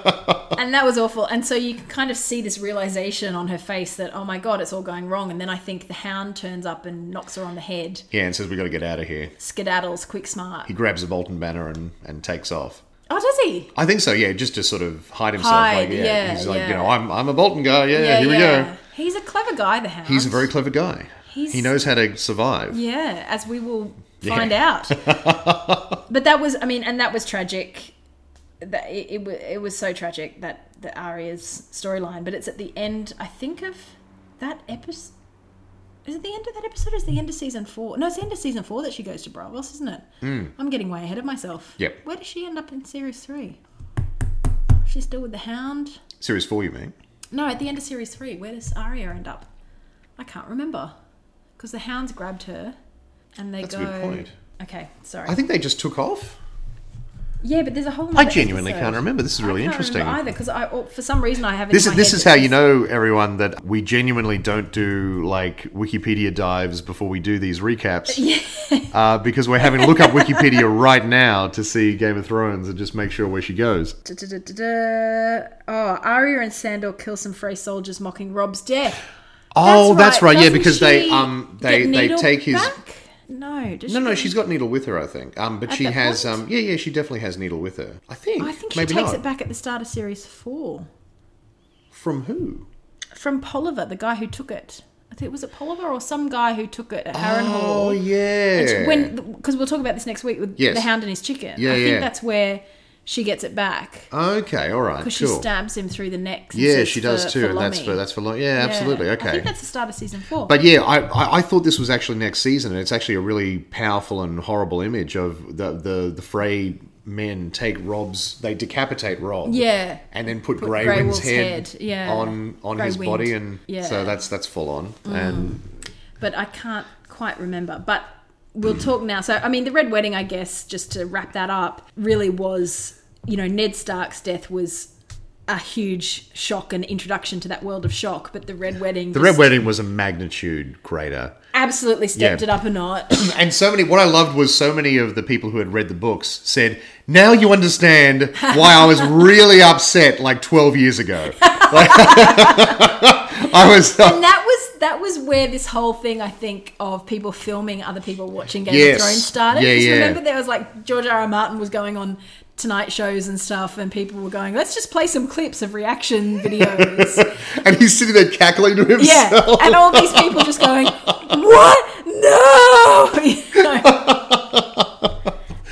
Speaker 1: and that was awful. And so you can kind of see this realization on her face that oh my god, it's all going wrong. And then I think the hound turns up and knocks her on the head,
Speaker 2: Yeah, and says we got to get out of here.
Speaker 1: skedaddles, quick smart.
Speaker 2: He grabs a Bolton banner and, and takes off.
Speaker 1: Oh, does he?
Speaker 2: I think so. Yeah, just to sort of hide himself.
Speaker 1: Hide,
Speaker 2: like, yeah,
Speaker 1: yeah,
Speaker 2: he's like,
Speaker 1: yeah.
Speaker 2: you know, I'm I'm a Bolton guy. Yeah, here we go.
Speaker 1: He's a clever guy, the hound.
Speaker 2: He's a very clever guy.
Speaker 1: He's-
Speaker 2: he knows how to survive.
Speaker 1: yeah, as we will
Speaker 2: Yeah.
Speaker 1: find out. but that was, I mean, and that was tragic. That it, it, wa- it was so tragic that the Arya's storyline. But it's at the end, I think, of that episode. Is it the end of that episode? Or is it the end of season four? No, it's the end of season four that she goes to Bravos, isn't it? I'm getting way ahead of myself.
Speaker 2: Hmm. Yep.
Speaker 1: Where does she end up in series three? She's still with the Hound.
Speaker 2: Series four, you mean?
Speaker 1: No, at the end of series three, where does Arya end up? I can't remember because the hounds grabbed her, and they
Speaker 2: That's a
Speaker 1: go.
Speaker 2: good point.
Speaker 1: Okay, sorry.
Speaker 2: I think they just took off.
Speaker 1: yeah, but there's a whole.
Speaker 2: I
Speaker 1: nother
Speaker 2: genuinely
Speaker 1: episode.
Speaker 2: can't remember. This is really
Speaker 1: I can't
Speaker 2: interesting.
Speaker 1: remember either because I or for some reason I have it.
Speaker 2: This
Speaker 1: in
Speaker 2: is
Speaker 1: my
Speaker 2: this
Speaker 1: head
Speaker 2: is how
Speaker 1: that
Speaker 2: you know everyone that we genuinely don't do like Wikipedia dives before we do these recaps, uh, because we're having to look up Wikipedia right now to see Game of Thrones and just make sure where she goes.
Speaker 1: it's- Da-da-da-da-da. Oh, Arya and Sandor kill some Frey soldiers mocking Rob's death.
Speaker 2: Oh, that's right. Yeah,
Speaker 1: Doesn't
Speaker 2: because they
Speaker 1: she
Speaker 2: um
Speaker 1: get
Speaker 2: they they
Speaker 1: Needle
Speaker 2: take his.
Speaker 1: back? No, does
Speaker 2: No,
Speaker 1: she
Speaker 2: no,
Speaker 1: get-
Speaker 2: she's got needle with her, I think. Um, but she
Speaker 1: that
Speaker 2: has,
Speaker 1: point?
Speaker 2: um, yeah, yeah, she definitely has needle with her. I think.
Speaker 1: I think she
Speaker 2: Maybe
Speaker 1: takes
Speaker 2: not.
Speaker 1: it back at the start of series four
Speaker 2: From who?
Speaker 1: from Polliver, the guy who took it. I think was it Polliver or some guy who took it at Harrenhal.
Speaker 2: Oh yeah.
Speaker 1: when because we'll talk about this next week with
Speaker 2: Yes.
Speaker 1: the hound and his chicken.
Speaker 2: Yeah,
Speaker 1: I think
Speaker 2: yeah.
Speaker 1: that's where she gets it back
Speaker 2: okay, all right,
Speaker 1: because she
Speaker 2: sure.
Speaker 1: stabs him through the neck. and
Speaker 2: yeah,
Speaker 1: says,
Speaker 2: she does
Speaker 1: "For-
Speaker 2: too, and that's
Speaker 1: Lomi."
Speaker 2: for that's for long. Yeah, absolutely.
Speaker 1: Yeah.
Speaker 2: Okay.
Speaker 1: I think that's the start of season four.
Speaker 2: But yeah, I, I, I thought this was actually next season, and it's actually a really powerful and horrible image of the the, the Frey men take Rob's, they decapitate Rob,
Speaker 1: Yeah.
Speaker 2: and then put,
Speaker 1: Put
Speaker 2: Grey
Speaker 1: Grey
Speaker 2: Wind's
Speaker 1: Wolf's
Speaker 2: head,
Speaker 1: head, yeah.
Speaker 2: on on
Speaker 1: Grey
Speaker 2: his
Speaker 1: Wind.
Speaker 2: body, and
Speaker 1: Yeah. Mm.
Speaker 2: so that's that's full on, and
Speaker 1: but I can't quite remember. But
Speaker 2: Hmm.
Speaker 1: we'll talk now. So, I mean, the Red Wedding, I guess, just to wrap that up, really was, you know, Ned Stark's death was a huge shock and introduction to that world of shock. But the Red Wedding,
Speaker 2: the Red Wedding was a magnitude greater.
Speaker 1: absolutely stepped
Speaker 2: Yeah.
Speaker 1: it up a notch.
Speaker 2: And so many, what I loved was so many of the people who had read the books said, now you understand why I was really upset like 12 years ago. Like- I was,
Speaker 1: And that was that was where this whole thing I think of people filming other people watching Game
Speaker 2: Yes.
Speaker 1: of Thrones started.
Speaker 2: Yeah,
Speaker 1: Because
Speaker 2: yeah.
Speaker 1: remember there was like George R. R. Martin was going on tonight shows and stuff and people were going, Let's just play some clips of reaction videos.
Speaker 2: and he's sitting there cackling to
Speaker 1: yeah.
Speaker 2: himself.
Speaker 1: And all these people just going, What? No You know.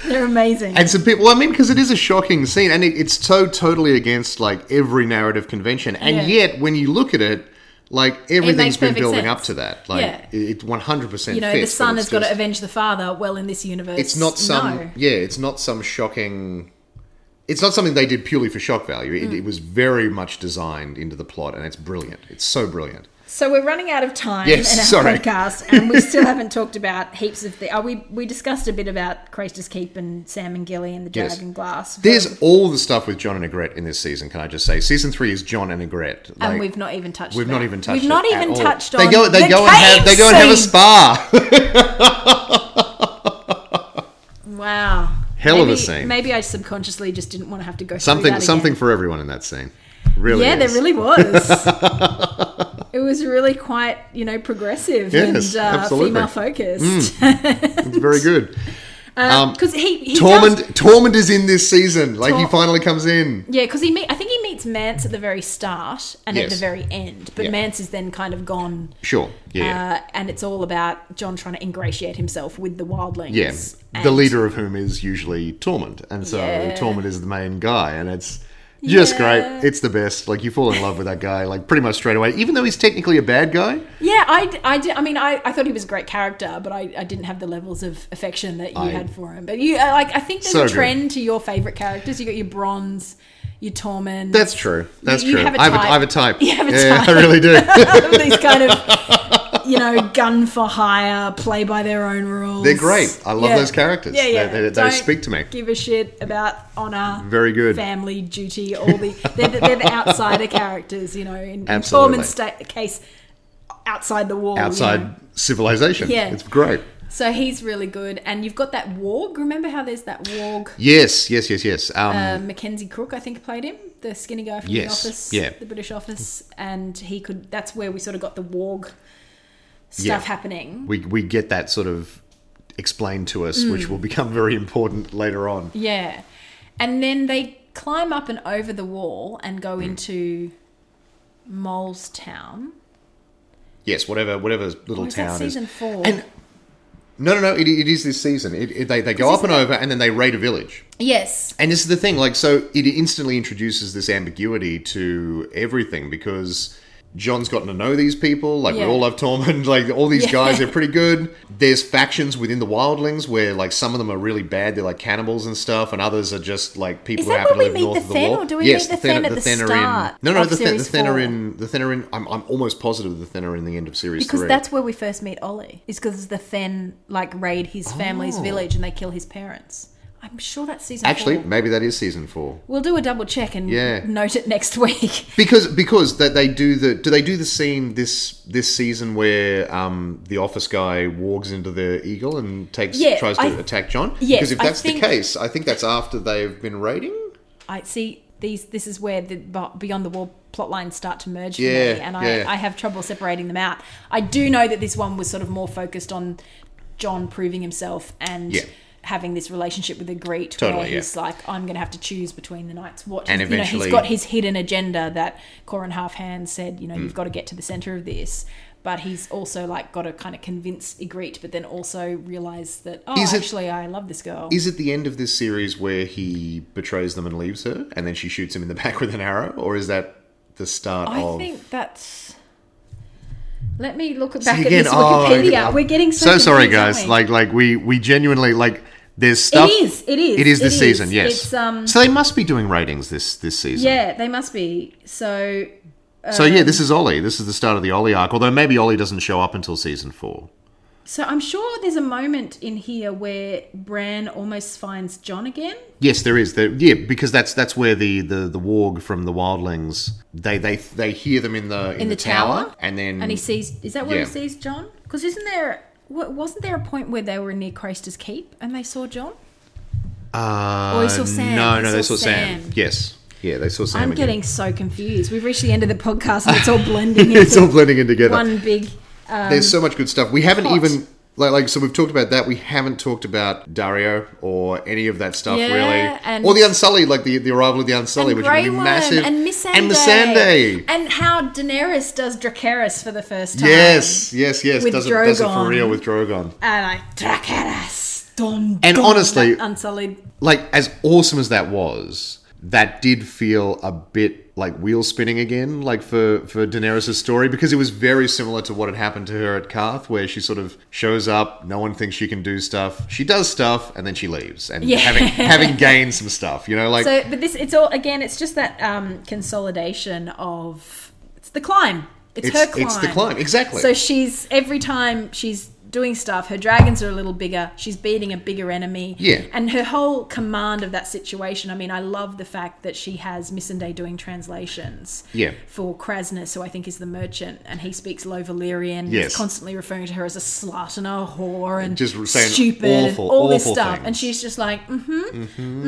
Speaker 1: They're amazing.
Speaker 2: And some people, well, I mean, because it is a shocking scene, and it, it's so totally against like every narrative convention, and
Speaker 1: Yeah.
Speaker 2: yet when you look at it, like everything's been
Speaker 1: perfect
Speaker 2: building
Speaker 1: sense.
Speaker 2: up to that. Like
Speaker 1: Yeah.
Speaker 2: it, it 100%
Speaker 1: you know,
Speaker 2: fits,
Speaker 1: the
Speaker 2: but
Speaker 1: son
Speaker 2: it's
Speaker 1: has got to
Speaker 2: just-
Speaker 1: avenge the father. Well, in this universe,
Speaker 2: it's not some
Speaker 1: no.
Speaker 2: yeah it's not some shocking it's not something they did purely for shock value it,
Speaker 1: Mm.
Speaker 2: it was very much designed into the plot and it's brilliant it's so brilliant
Speaker 1: So we're running out of time
Speaker 2: Yes,
Speaker 1: in our
Speaker 2: sorry.
Speaker 1: podcast, and we still haven't talked about heaps of things. Oh, we we discussed a bit about Craster's Keep and Sam and Gilly and the
Speaker 2: Yes.
Speaker 1: Dragon Glass.
Speaker 2: there's all the stuff with john and agret in this season can i just say season three is john and agret
Speaker 1: and
Speaker 2: Like,
Speaker 1: we've not even touched.
Speaker 2: we've
Speaker 1: that.
Speaker 2: not even touched
Speaker 1: We've not
Speaker 2: it at
Speaker 1: even
Speaker 2: all.
Speaker 1: touched on.
Speaker 2: they go they
Speaker 1: the
Speaker 2: go and have they
Speaker 1: cave
Speaker 2: go and have a
Speaker 1: scene.
Speaker 2: spa
Speaker 1: Wow,
Speaker 2: Hell of a
Speaker 1: maybe,
Speaker 2: scene.
Speaker 1: Maybe I subconsciously just didn't want to have to go through that
Speaker 2: something
Speaker 1: again.
Speaker 2: something for everyone in that scene really
Speaker 1: Yeah, there
Speaker 2: is.
Speaker 1: really was. it was really quite you know progressive
Speaker 2: Yes,
Speaker 1: and uh,
Speaker 2: absolutely. Mm,
Speaker 1: female focused.
Speaker 2: it's very good
Speaker 1: Because he, he does-
Speaker 2: um, tormund tormund is in this season like he
Speaker 1: Tor-
Speaker 2: finally comes in
Speaker 1: Yeah, because he meet. I think he meets Mance at the very start and at
Speaker 2: Yes.
Speaker 1: the very end, but
Speaker 2: Yeah.
Speaker 1: Mance is then kind of gone,
Speaker 2: sure yeah
Speaker 1: uh, and it's all about John trying to ingratiate himself with the wildlings.
Speaker 2: Yeah, the
Speaker 1: and-
Speaker 2: leader of whom is usually Torment, and so
Speaker 1: Yeah.
Speaker 2: Torment is the main guy, and it's just
Speaker 1: Yeah.
Speaker 2: great. It's the best. Like you fall in love with that guy, like pretty much straight away, even though he's technically a bad guy.
Speaker 1: Yeah, I, d- I, d- I mean, I, I thought he was a great character, but I, I didn't have the levels of affection that you
Speaker 2: I-
Speaker 1: had for him. But you, uh, like, I think there's
Speaker 2: So
Speaker 1: a
Speaker 2: good.
Speaker 1: trend to your favorite characters. You got your bronze, your Tormund.
Speaker 2: That's true. That's
Speaker 1: you
Speaker 2: true.
Speaker 1: have a
Speaker 2: I, have a,
Speaker 1: type.
Speaker 2: I have a type.
Speaker 1: You have a
Speaker 2: yeah,
Speaker 1: type.
Speaker 2: I really do.
Speaker 1: these kind of you know, gun for hire, play by their own rules.
Speaker 2: They're great. I love
Speaker 1: Yeah.
Speaker 2: those characters.
Speaker 1: Yeah, yeah.
Speaker 2: They, they, they
Speaker 1: Don't
Speaker 2: speak to me.
Speaker 1: Give a shit about honor.
Speaker 2: Very good.
Speaker 1: Family duty. All the they're, the- they're the outsider characters. You know, in, in
Speaker 2: Absolutely.
Speaker 1: Foreman's sta- case, outside the wall. you know.
Speaker 2: Outside civilization.
Speaker 1: Yeah.
Speaker 2: It's great.
Speaker 1: So he's really good, and you've got that warg. Remember how there's that warg?
Speaker 2: Yes, yes, yes, yes. Um,
Speaker 1: Uh, Mackenzie Crook, I think, played him, the skinny guy from
Speaker 2: Yes,
Speaker 1: the office,
Speaker 2: yeah.
Speaker 1: the British office, and he could. That's where we sort of got the warg stuff
Speaker 2: Yeah.
Speaker 1: happening.
Speaker 2: we, we get that sort of explained to us,
Speaker 1: Mm.
Speaker 2: which will become very important later on.
Speaker 1: Yeah, and then they climb up and over the wall and
Speaker 2: Mm.
Speaker 1: go into Mole's town.
Speaker 2: Yes, whatever whatever little
Speaker 1: Or is that
Speaker 2: town
Speaker 1: season
Speaker 2: is.
Speaker 1: four?
Speaker 2: And no, no, no. It, it is this season. It, it, they they go up and over, and then they raid a village.
Speaker 1: Yes,
Speaker 2: And this is the thing, like, so it instantly introduces this ambiguity to everything because John's gotten to know these people. Like,
Speaker 1: Yeah.
Speaker 2: we all love Tormund. Like, all these
Speaker 1: Yeah.
Speaker 2: guys, they're pretty good. There's factions within the Wildlings where, like, some of them are really bad. They're like cannibals and stuff, and others are just like people
Speaker 1: Is
Speaker 2: who
Speaker 1: that
Speaker 2: happen to
Speaker 1: where
Speaker 2: live
Speaker 1: we meet
Speaker 2: north of
Speaker 1: the
Speaker 2: the
Speaker 1: Fen,
Speaker 2: wall.
Speaker 1: or do we meet the Fen at the
Speaker 2: are
Speaker 1: start
Speaker 2: in. No, no,
Speaker 1: of
Speaker 2: the, Fen- the
Speaker 1: series
Speaker 2: Fen are
Speaker 1: four?
Speaker 2: in. The Fen are in. I'm, I'm almost positive the Fen are in the end of series
Speaker 1: because
Speaker 2: three.
Speaker 1: that's where we first meet Ollie. Is because the Fen like raid his family's
Speaker 2: Oh.
Speaker 1: village and they kill his parents. I'm sure that's season.
Speaker 2: Actually,
Speaker 1: four.
Speaker 2: maybe that is season four.
Speaker 1: We'll do a double check and
Speaker 2: Yeah.
Speaker 1: note it next week.
Speaker 2: because because that they do the do they do the scene this this season where um the office guy walks into the eagle and takes
Speaker 1: Yeah,
Speaker 2: tries to
Speaker 1: I-
Speaker 2: attack John?
Speaker 1: Yes,
Speaker 2: because if
Speaker 1: I
Speaker 2: that's
Speaker 1: think-
Speaker 2: the case, I think that's after they've been raiding.
Speaker 1: I see these. This is where the bo- beyond the wall plot lines start to merge for
Speaker 2: Yeah,
Speaker 1: me, and
Speaker 2: yeah.
Speaker 1: I, I have trouble separating them out. I do know that this one was sort of more focused on John proving himself and.
Speaker 2: Yeah.
Speaker 1: Having this relationship with Agreed, where
Speaker 2: Totally, yeah.
Speaker 1: he's like, "I'm going to have to choose between the Night's Watch,"
Speaker 2: And
Speaker 1: He's- you know,
Speaker 2: eventually-
Speaker 1: he's got his hidden agenda that Corin Halfhand said, "You
Speaker 2: Mm.
Speaker 1: know, you've got to get to the center of this." But he's also like got to kind of convince Igreet, but then also realize that, oh,
Speaker 2: Is it-
Speaker 1: actually, I love this girl.
Speaker 2: Is it the end of this series where he betrays them and leaves her, and then she shoots him in the back with an arrow, or is that the start
Speaker 1: I
Speaker 2: of?
Speaker 1: think that's. Let me look back at
Speaker 2: Again,
Speaker 1: this
Speaker 2: oh,
Speaker 1: Wikipedia.
Speaker 2: I'm
Speaker 1: We're getting so,
Speaker 2: so sorry,
Speaker 1: confused, aren't
Speaker 2: guys.
Speaker 1: we?
Speaker 2: Like like we we genuinely like there's
Speaker 1: it
Speaker 2: stuff.
Speaker 1: is, it is,
Speaker 2: It is this season, yes.
Speaker 1: It's, um,
Speaker 2: so they must be doing ratings this this season.
Speaker 1: yeah, they must be. So
Speaker 2: So yeah, this is Ollie. This is the start of the Ollie arc. Although maybe Ollie doesn't show up until season four.
Speaker 1: So I'm sure there's a moment in here where Bran almost finds John again.
Speaker 2: Yes, there is. There, yeah, because that's that's where the the the warg from the wildlings they they they hear them in the in,
Speaker 1: the tower?
Speaker 2: and then
Speaker 1: And he sees, is that where
Speaker 2: Hmm. Yeah.
Speaker 1: he sees John? Because isn't there, wa- wasn't there a point where they were near Craster's Keep and they saw John?
Speaker 2: uh,
Speaker 1: or he saw Sam.
Speaker 2: No,
Speaker 1: He
Speaker 2: no, they
Speaker 1: saw
Speaker 2: saw Sam.
Speaker 1: Sam.
Speaker 2: Yes, yeah, they saw Sam.
Speaker 1: I'm
Speaker 2: again.
Speaker 1: getting so confused. We've reached the end of the podcast and it's all blending into
Speaker 2: it's all blending in together.
Speaker 1: one big. Um,
Speaker 2: There's so much good stuff. We haven't
Speaker 1: plot.
Speaker 2: even like like so we've talked about that. We haven't talked about Dario or any of that stuff
Speaker 1: Yeah,
Speaker 2: really,
Speaker 1: and-
Speaker 2: or the Unsullied, like the the arrival of the Unsullied, which would
Speaker 1: Grey
Speaker 2: be
Speaker 1: Worm
Speaker 2: massive,
Speaker 1: and Miss
Speaker 2: and Missandei.
Speaker 1: And how Daenerys does Dracarys for the first time.
Speaker 2: Yes, yes, yes.
Speaker 1: With
Speaker 2: does, it, does it for
Speaker 1: Drogon.
Speaker 2: real with Drogon.
Speaker 1: And I Dracarys. Don,
Speaker 2: And
Speaker 1: don,
Speaker 2: honestly-
Speaker 1: that unsullied.
Speaker 2: Like, as awesome as that was, that did feel a bit like wheel spinning again, like for, for Daenerys' story, because it was very similar to what had happened to her at Carth, where she sort of shows up, no one thinks she can do stuff, she does stuff, and then she leaves, and
Speaker 1: Yeah.
Speaker 2: having having gained some stuff, you know, like
Speaker 1: So, but this, it's all again. It's just that um, consolidation of it's the climb. It's,
Speaker 2: it's
Speaker 1: her climb.
Speaker 2: it's the climb exactly.
Speaker 1: So she's every time she's doing stuff, her dragons are a little bigger. She's beating a bigger enemy.
Speaker 2: Yeah.
Speaker 1: And her whole command of that situation. I mean, I love the fact that she has Missandei doing translations.
Speaker 2: Yeah.
Speaker 1: For Krasnus, who I think is the merchant, and he speaks Low Valyrian. and
Speaker 2: Yes.
Speaker 1: He's constantly referring to her as a slut and a whore and
Speaker 2: Just saying
Speaker 1: stupid, and
Speaker 2: awful,
Speaker 1: all this
Speaker 2: awful
Speaker 1: stuff.
Speaker 2: things.
Speaker 1: And she's just like, mm hmm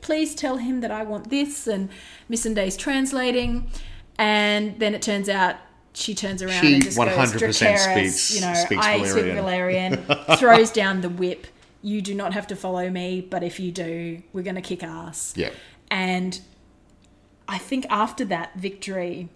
Speaker 1: please tell him that I want this. And Missandei's translating. And then it turns out she turns around
Speaker 2: She
Speaker 1: and just
Speaker 2: 100%
Speaker 1: goes, "Dracarys,
Speaker 2: speaks-
Speaker 1: you know,
Speaker 2: speaks
Speaker 1: I speak Valerian, throws down the whip. You do not have to follow me, but if you do, we're going to kick ass.
Speaker 2: yeah.
Speaker 1: And I think after that victory,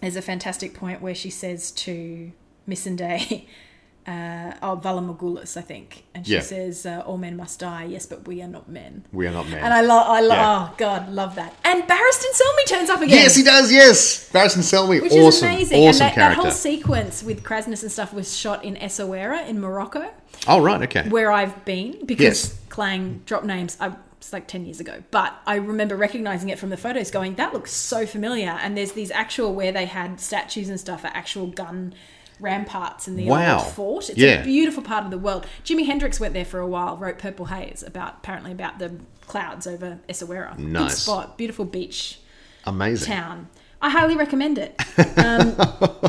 Speaker 1: there's a fantastic point where she says to Missandei, uh, oh, Valamogulus, I think. And she
Speaker 2: Yeah.
Speaker 1: says, uh, all men must die. Yes, but we are not men.
Speaker 2: We are not men.
Speaker 1: And I love, I love,
Speaker 2: Yeah.
Speaker 1: oh God, love that. And Barristan Selmy turns up again.
Speaker 2: Yes, he does. Yes, Barrison Selmy,
Speaker 1: Which
Speaker 2: awesome,
Speaker 1: is amazing.
Speaker 2: awesome
Speaker 1: and that, that
Speaker 2: character.
Speaker 1: whole sequence with Krasnus and stuff was shot in Essaouira in Morocco,
Speaker 2: oh right, okay.
Speaker 1: where I've been because
Speaker 2: Yes.
Speaker 1: Clang drop names. I, it's like 10 years ago, but I remember recognizing it from the photos going, that looks so familiar. And there's these actual where they had statues and stuff for actual gun ramparts in the
Speaker 2: Wow.
Speaker 1: old fort. It's
Speaker 2: Yeah.
Speaker 1: a beautiful part of the world. Jimi Hendrix went there for a while, wrote Purple Haze about apparently about the clouds over Essaouira. Good
Speaker 2: Nice.
Speaker 1: spot, beautiful beach
Speaker 2: Amazing.
Speaker 1: town. I highly recommend it. Um,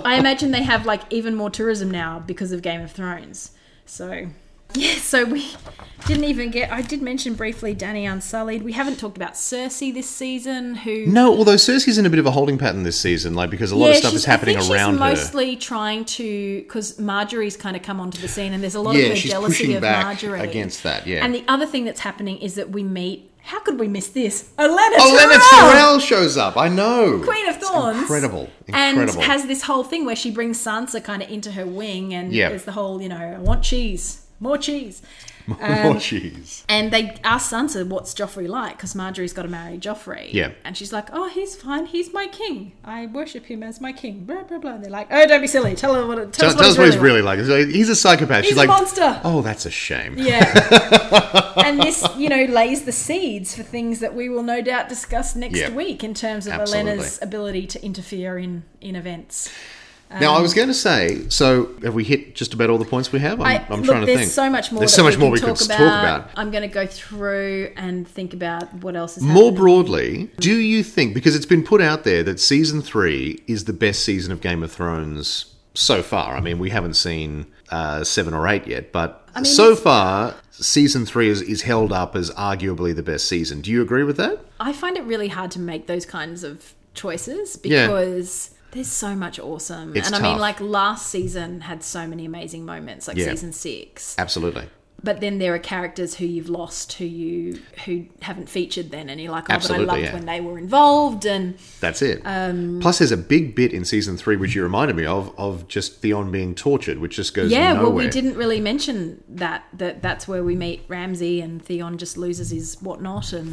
Speaker 1: I imagine they have like even more tourism now because of Game of Thrones. So yeah, so we didn't even get. I did mention briefly Danny Unsullied. We haven't talked about Cersei this season, who
Speaker 2: No, although Cersei's in a bit of a holding pattern this season, like because a lot of stuff
Speaker 1: she's-
Speaker 2: is happening
Speaker 1: I think
Speaker 2: around
Speaker 1: she's
Speaker 2: her.
Speaker 1: mostly trying to because Marjorie's kind of come onto the scene, and there's a lot
Speaker 2: Yeah,
Speaker 1: of her
Speaker 2: she's
Speaker 1: jealousy
Speaker 2: pushing
Speaker 1: of
Speaker 2: back
Speaker 1: Marjorie
Speaker 2: against that, yeah.
Speaker 1: and the other thing that's happening is that we meet. How could we miss this? Elena
Speaker 2: Oh, Leonard
Speaker 1: Tyrell!
Speaker 2: Terrell shows up. I know.
Speaker 1: Queen of Thorns.
Speaker 2: incredible. Incredible.
Speaker 1: And has this whole thing where she brings Sansa kind of into her wing, and
Speaker 2: Yeah.
Speaker 1: there's the whole, you know, I want cheese, more cheese. um,
Speaker 2: More cheese.
Speaker 1: And they ask Sansa, what's Joffrey like? Because Marjorie's got to marry Joffrey.
Speaker 2: Yeah.
Speaker 1: And she's like, oh, he's fine. He's my king. I worship him as my king. Blah, blah, blah. And they're like, oh, don't be silly. Tell, her what, tell,
Speaker 2: Tell,
Speaker 1: us
Speaker 2: tell us what he's
Speaker 1: really like."
Speaker 2: really like. He's like- He's a psychopath.
Speaker 1: He's
Speaker 2: she's
Speaker 1: a
Speaker 2: like,
Speaker 1: monster.
Speaker 2: oh, that's a shame.
Speaker 1: Yeah. and this, you know, lays the seeds for things that we will no doubt discuss next
Speaker 2: Yeah.
Speaker 1: week in terms of
Speaker 2: Absolutely.
Speaker 1: Elena's ability to interfere in, in events.
Speaker 2: Now,
Speaker 1: um,
Speaker 2: I was going to say, so have we hit just about all the points we have? I'm,
Speaker 1: I,
Speaker 2: am
Speaker 1: look,
Speaker 2: trying to
Speaker 1: there's
Speaker 2: think.
Speaker 1: so much more.
Speaker 2: There's
Speaker 1: that
Speaker 2: so much
Speaker 1: we
Speaker 2: more
Speaker 1: can
Speaker 2: we could
Speaker 1: talk
Speaker 2: talk
Speaker 1: about.
Speaker 2: about.
Speaker 1: I'm going to go through and think about what else is
Speaker 2: More
Speaker 1: happening.
Speaker 2: broadly, do you think, because it's been put out there that season three is the best season of Game of Thrones so far? I mean, we haven't seen uh, seven or eight yet, but
Speaker 1: mean,
Speaker 2: so far, season three is, is held up as arguably the best season. Do you agree with that?
Speaker 1: I find it really hard to make those kinds of choices
Speaker 2: Yeah.
Speaker 1: because there's so much awesome,
Speaker 2: It's
Speaker 1: and I mean,
Speaker 2: tough.
Speaker 1: like last season had so many amazing moments, like
Speaker 2: Yeah.
Speaker 1: season six.
Speaker 2: Absolutely.
Speaker 1: But then there are characters who you've lost, who you who haven't featured then, and you're like, oh,
Speaker 2: Absolutely,
Speaker 1: but I loved
Speaker 2: yeah.
Speaker 1: when they were involved, and
Speaker 2: That's it.
Speaker 1: Um,
Speaker 2: Plus, there's a big bit in season three which you reminded me of, of just Theon being tortured, which just goes
Speaker 1: yeah,
Speaker 2: nowhere.
Speaker 1: well, we didn't really mention that that that's where we meet Ramsey and Theon just loses his whatnot and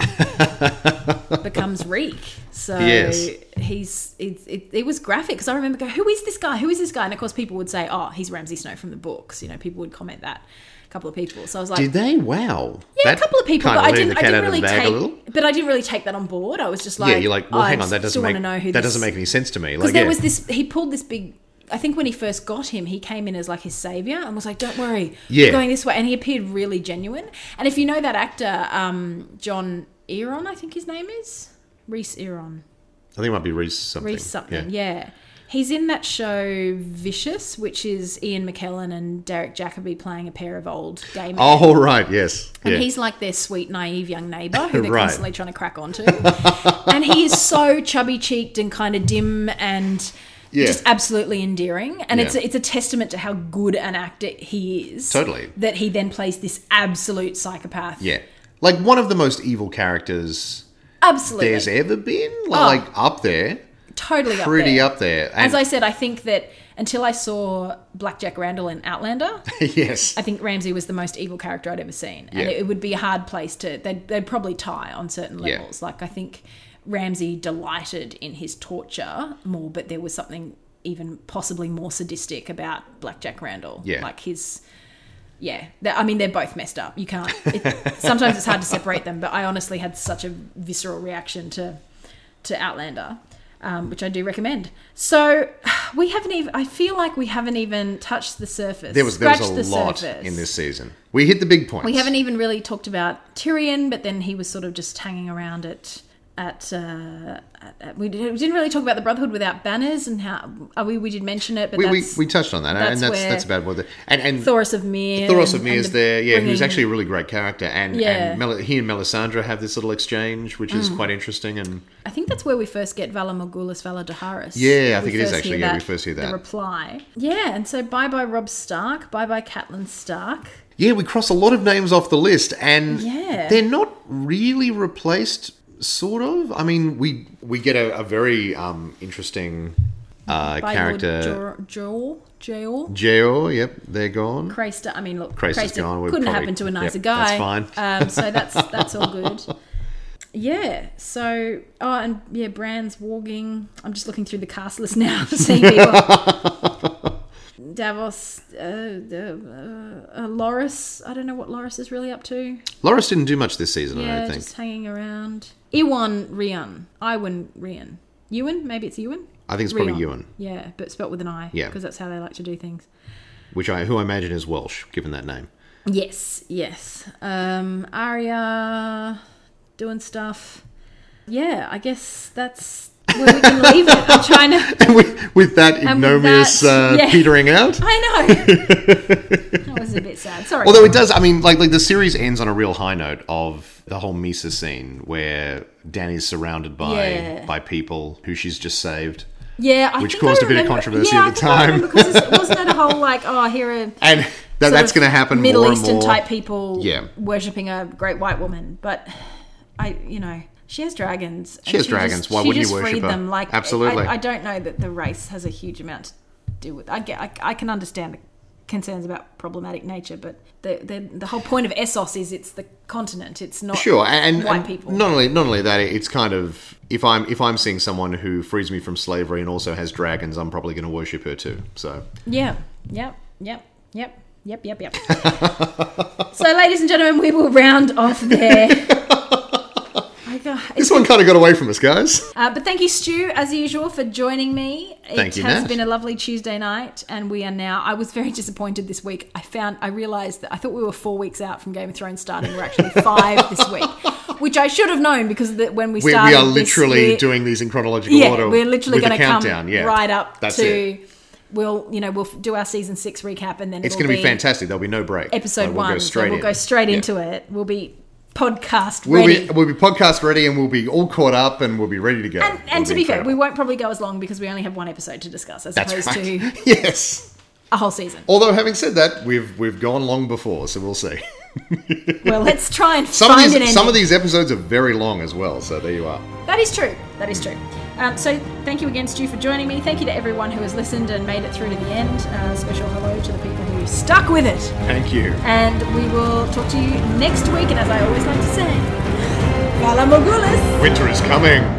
Speaker 1: becomes Reek. So
Speaker 2: Yes.
Speaker 1: he's it, it, it was graphic because I remember going, who is this guy? Who is this guy? And of course, people would say, oh, he's Ramsey Snow from the books. You know, people would comment that. A couple of people. So I was like.
Speaker 2: Did they? Wow.
Speaker 1: yeah, a
Speaker 2: That
Speaker 1: couple of people,
Speaker 2: kinda
Speaker 1: but I didn't.
Speaker 2: letting the
Speaker 1: I
Speaker 2: cat
Speaker 1: didn't
Speaker 2: out of the
Speaker 1: really
Speaker 2: bag a
Speaker 1: take.
Speaker 2: little.
Speaker 1: But I didn't really take that on board. I was just like,
Speaker 2: yeah, you're like, well,
Speaker 1: oh,
Speaker 2: hang
Speaker 1: I
Speaker 2: on, that doesn't
Speaker 1: still
Speaker 2: make
Speaker 1: wanna know who
Speaker 2: that
Speaker 1: this-
Speaker 2: doesn't make any sense to me.
Speaker 1: because
Speaker 2: Like,
Speaker 1: there
Speaker 2: yeah.
Speaker 1: was this, he pulled this big. I think when he first got him, he came in as like his savior and was like, "Don't worry,
Speaker 2: Yeah.
Speaker 1: we're going this way." And he appeared really genuine. And if you know that actor, um, John Eron, I think his name is Reese Eron,
Speaker 2: I think it might be Reese something.
Speaker 1: Reese something. Yeah. he's in that show Vicious, which is Ian McKellen and Derek Jacobi playing a pair of old gay men.
Speaker 2: Oh right, yes.
Speaker 1: And
Speaker 2: yeah.
Speaker 1: he's like their sweet, naive young neighbor who they're
Speaker 2: Right.
Speaker 1: constantly trying to crack onto. and he is so chubby cheeked and kind of dim and
Speaker 2: Yeah.
Speaker 1: just absolutely endearing. And it's,
Speaker 2: Yeah.
Speaker 1: a, it's a testament to how good an actor he is.
Speaker 2: Totally.
Speaker 1: That he then plays this absolute psychopath.
Speaker 2: yeah. Like one of the most evil characters
Speaker 1: Absolutely.
Speaker 2: there's ever been. Like, up there.
Speaker 1: totally up
Speaker 2: Pretty
Speaker 1: Oh. there.
Speaker 2: up there.
Speaker 1: As
Speaker 2: And,
Speaker 1: I said, I think that until I saw Blackjack Randall in Outlander,
Speaker 2: yes.
Speaker 1: I think Ramsey was the most evil character I'd ever seen, and
Speaker 2: Yeah.
Speaker 1: it, it would be a hard place to. They'd, they'd probably tie on certain
Speaker 2: Yeah.
Speaker 1: levels. Like I think Ramsey delighted in his torture more, but there was something even possibly more sadistic about Blackjack Randall.
Speaker 2: Yeah.
Speaker 1: like his. Yeah, They're- I mean they're both messed up. You can't. It, sometimes it's hard to separate them, but I honestly had such a visceral reaction to to Outlander, um, which I do recommend. So we haven't even. I feel like we haven't even touched the surface.
Speaker 2: There was there was
Speaker 1: scratched
Speaker 2: a
Speaker 1: the
Speaker 2: lot
Speaker 1: surface.
Speaker 2: in this season. We hit the big points.
Speaker 1: We haven't even really talked about Tyrion, but then he was sort of just hanging around at at. Uh, at, at we didn't we didn't really talk about the Brotherhood without banners and how uh, we we did mention it, but
Speaker 2: we, we,
Speaker 1: that's
Speaker 2: we touched on that,
Speaker 1: that's
Speaker 2: and that's
Speaker 1: where
Speaker 2: that's about what. The, and and
Speaker 1: Thoros of Mir.
Speaker 2: Thoros of
Speaker 1: and-
Speaker 2: Mir
Speaker 1: and
Speaker 2: is
Speaker 1: the
Speaker 2: there, yeah, who's
Speaker 1: bringing-
Speaker 2: actually a really great character, and,
Speaker 1: Yeah. Mm.
Speaker 2: and Mel- he and Melisandre have this little exchange, which is quite interesting, and
Speaker 1: I think that's where we first get Vala Morgulis, Vala Daharis.
Speaker 2: Yeah, I
Speaker 1: We
Speaker 2: think it is
Speaker 1: first
Speaker 2: actually,
Speaker 1: hear
Speaker 2: yeah, we first hear
Speaker 1: The
Speaker 2: that.
Speaker 1: reply. Yeah, and so bye bye Rob Stark, bye bye Catelyn Stark.
Speaker 2: Yeah, we cross a lot of names off the list, and
Speaker 1: Yeah.
Speaker 2: they're not really replaced. Sort of. I mean, we we get a, a very um, interesting uh,
Speaker 1: Bye
Speaker 2: character.
Speaker 1: Lord Jor, Jor, Jor.
Speaker 2: Jor, yep, they're gone.
Speaker 1: Craster, I mean, look,
Speaker 2: Craster's
Speaker 1: Craster
Speaker 2: gone, we're
Speaker 1: couldn't
Speaker 2: probably-
Speaker 1: happen to a nicer
Speaker 2: yep, that's
Speaker 1: guy.
Speaker 2: fine.
Speaker 1: Um, so that's that's all good. Yeah. So, oh, and yeah, Bran's warging. I'm just looking through the cast list now, seeing people. Davos, uh, uh, uh, Loris. I don't know what Loris is really up to.
Speaker 2: Loris didn't do much this season, I
Speaker 1: Yeah,
Speaker 2: don't think.
Speaker 1: just hanging around. Iwan Rian. Iwan Rian. Ewan? Maybe it's Ewan?
Speaker 2: I think it's probably
Speaker 1: Rhiannon.
Speaker 2: Ewan,
Speaker 1: Yeah, but spelt with an I.
Speaker 2: Yeah.
Speaker 1: Because that's how they like to do things.
Speaker 2: which I who I imagine is Welsh, given that name.
Speaker 1: Yes, yes. Um, Aria doing stuff. Yeah, I guess that's where we can leave it. I'm trying to.
Speaker 2: And with, with that ignominious
Speaker 1: that,
Speaker 2: uh,
Speaker 1: yeah.
Speaker 2: petering out.
Speaker 1: I know. that was a bit sad. Sorry.
Speaker 2: Although it does, I mean, like like the series ends on a real high note of the whole Misa scene where Danny's surrounded by
Speaker 1: Yeah.
Speaker 2: by people who she's just saved,
Speaker 1: yeah, I
Speaker 2: which
Speaker 1: think
Speaker 2: caused
Speaker 1: I
Speaker 2: a bit of
Speaker 1: remember-
Speaker 2: controversy
Speaker 1: yeah,
Speaker 2: at
Speaker 1: I
Speaker 2: the
Speaker 1: think I
Speaker 2: time.
Speaker 1: remember 'cause it's- wasn't that a whole like, oh, here are
Speaker 2: and that,
Speaker 1: sort
Speaker 2: that's
Speaker 1: of
Speaker 2: going to happen
Speaker 1: Middle
Speaker 2: more and
Speaker 1: Eastern
Speaker 2: more.
Speaker 1: type people
Speaker 2: Yeah.
Speaker 1: worshipping a great white woman, but I, you know. She has dragons. and
Speaker 2: She has dragons.
Speaker 1: Just,
Speaker 2: Why
Speaker 1: she
Speaker 2: wouldn't you
Speaker 1: just
Speaker 2: worship
Speaker 1: freed
Speaker 2: her?
Speaker 1: Them. Like,
Speaker 2: Absolutely.
Speaker 1: I, I don't know that the race has a huge amount to do with. I, get, I, I can understand the concerns about problematic nature, but the, the the whole point of Essos is it's the continent. It's not
Speaker 2: Sure, and, and-
Speaker 1: white
Speaker 2: and
Speaker 1: people.
Speaker 2: Not only not only that, it's kind of if I'm if I'm seeing someone who frees me from slavery and also has dragons, I'm probably going to worship her too. So
Speaker 1: Yeah. Yep. Yep. Yep. Yep. Yep. Yep. so, ladies and gentlemen, we will round off there. I got,
Speaker 2: this one kind of got away from us, guys.
Speaker 1: uh, but thank you, Stu, as usual, for joining me. It
Speaker 2: Thank you,
Speaker 1: has
Speaker 2: Nat.
Speaker 1: been a lovely Tuesday night, and we are now. I was very disappointed this week. I found I realised that I thought we were four weeks out from Game of Thrones starting. We're actually five this week, which I should have known because the, when we
Speaker 2: We,
Speaker 1: started,
Speaker 2: we are
Speaker 1: this,
Speaker 2: literally
Speaker 1: we-
Speaker 2: doing these in chronological
Speaker 1: yeah,
Speaker 2: order.
Speaker 1: we're literally
Speaker 2: with a
Speaker 1: going to come
Speaker 2: countdown. Yeah,
Speaker 1: right up
Speaker 2: That's
Speaker 1: to.
Speaker 2: it.
Speaker 1: We'll you know we'll f- do our season six recap, and then
Speaker 2: It's
Speaker 1: it'll
Speaker 2: going to be fantastic. There'll be no break.
Speaker 1: Episode
Speaker 2: Like,
Speaker 1: one, so we'll
Speaker 2: in.
Speaker 1: go straight
Speaker 2: Yeah.
Speaker 1: into it. We'll be podcast
Speaker 2: We'll
Speaker 1: ready.
Speaker 2: be we'll be podcast ready, and we'll be all caught up, and we'll be ready to go.
Speaker 1: and and to
Speaker 2: It'll
Speaker 1: be fair, we
Speaker 2: incredible.
Speaker 1: won't probably go as long because we only have one episode to discuss as
Speaker 2: That's
Speaker 1: opposed
Speaker 2: right.
Speaker 1: to
Speaker 2: yes.
Speaker 1: a whole season.
Speaker 2: Although having said that, we've we've gone long before, so we'll see.
Speaker 1: Well, let's try and
Speaker 2: Some of
Speaker 1: find
Speaker 2: these
Speaker 1: an ending.
Speaker 2: some of these episodes are very long as well. So there you are.
Speaker 1: That is true. That is true. Um, so thank you again, Stu, for joining me. Thank you to everyone who has listened and made it through to the end. Uh, special hello to the people who stuck with it.
Speaker 2: Thank you.
Speaker 1: And we will talk to you next week. And as I always like to say, Fala Mogulis!
Speaker 2: Winter is coming.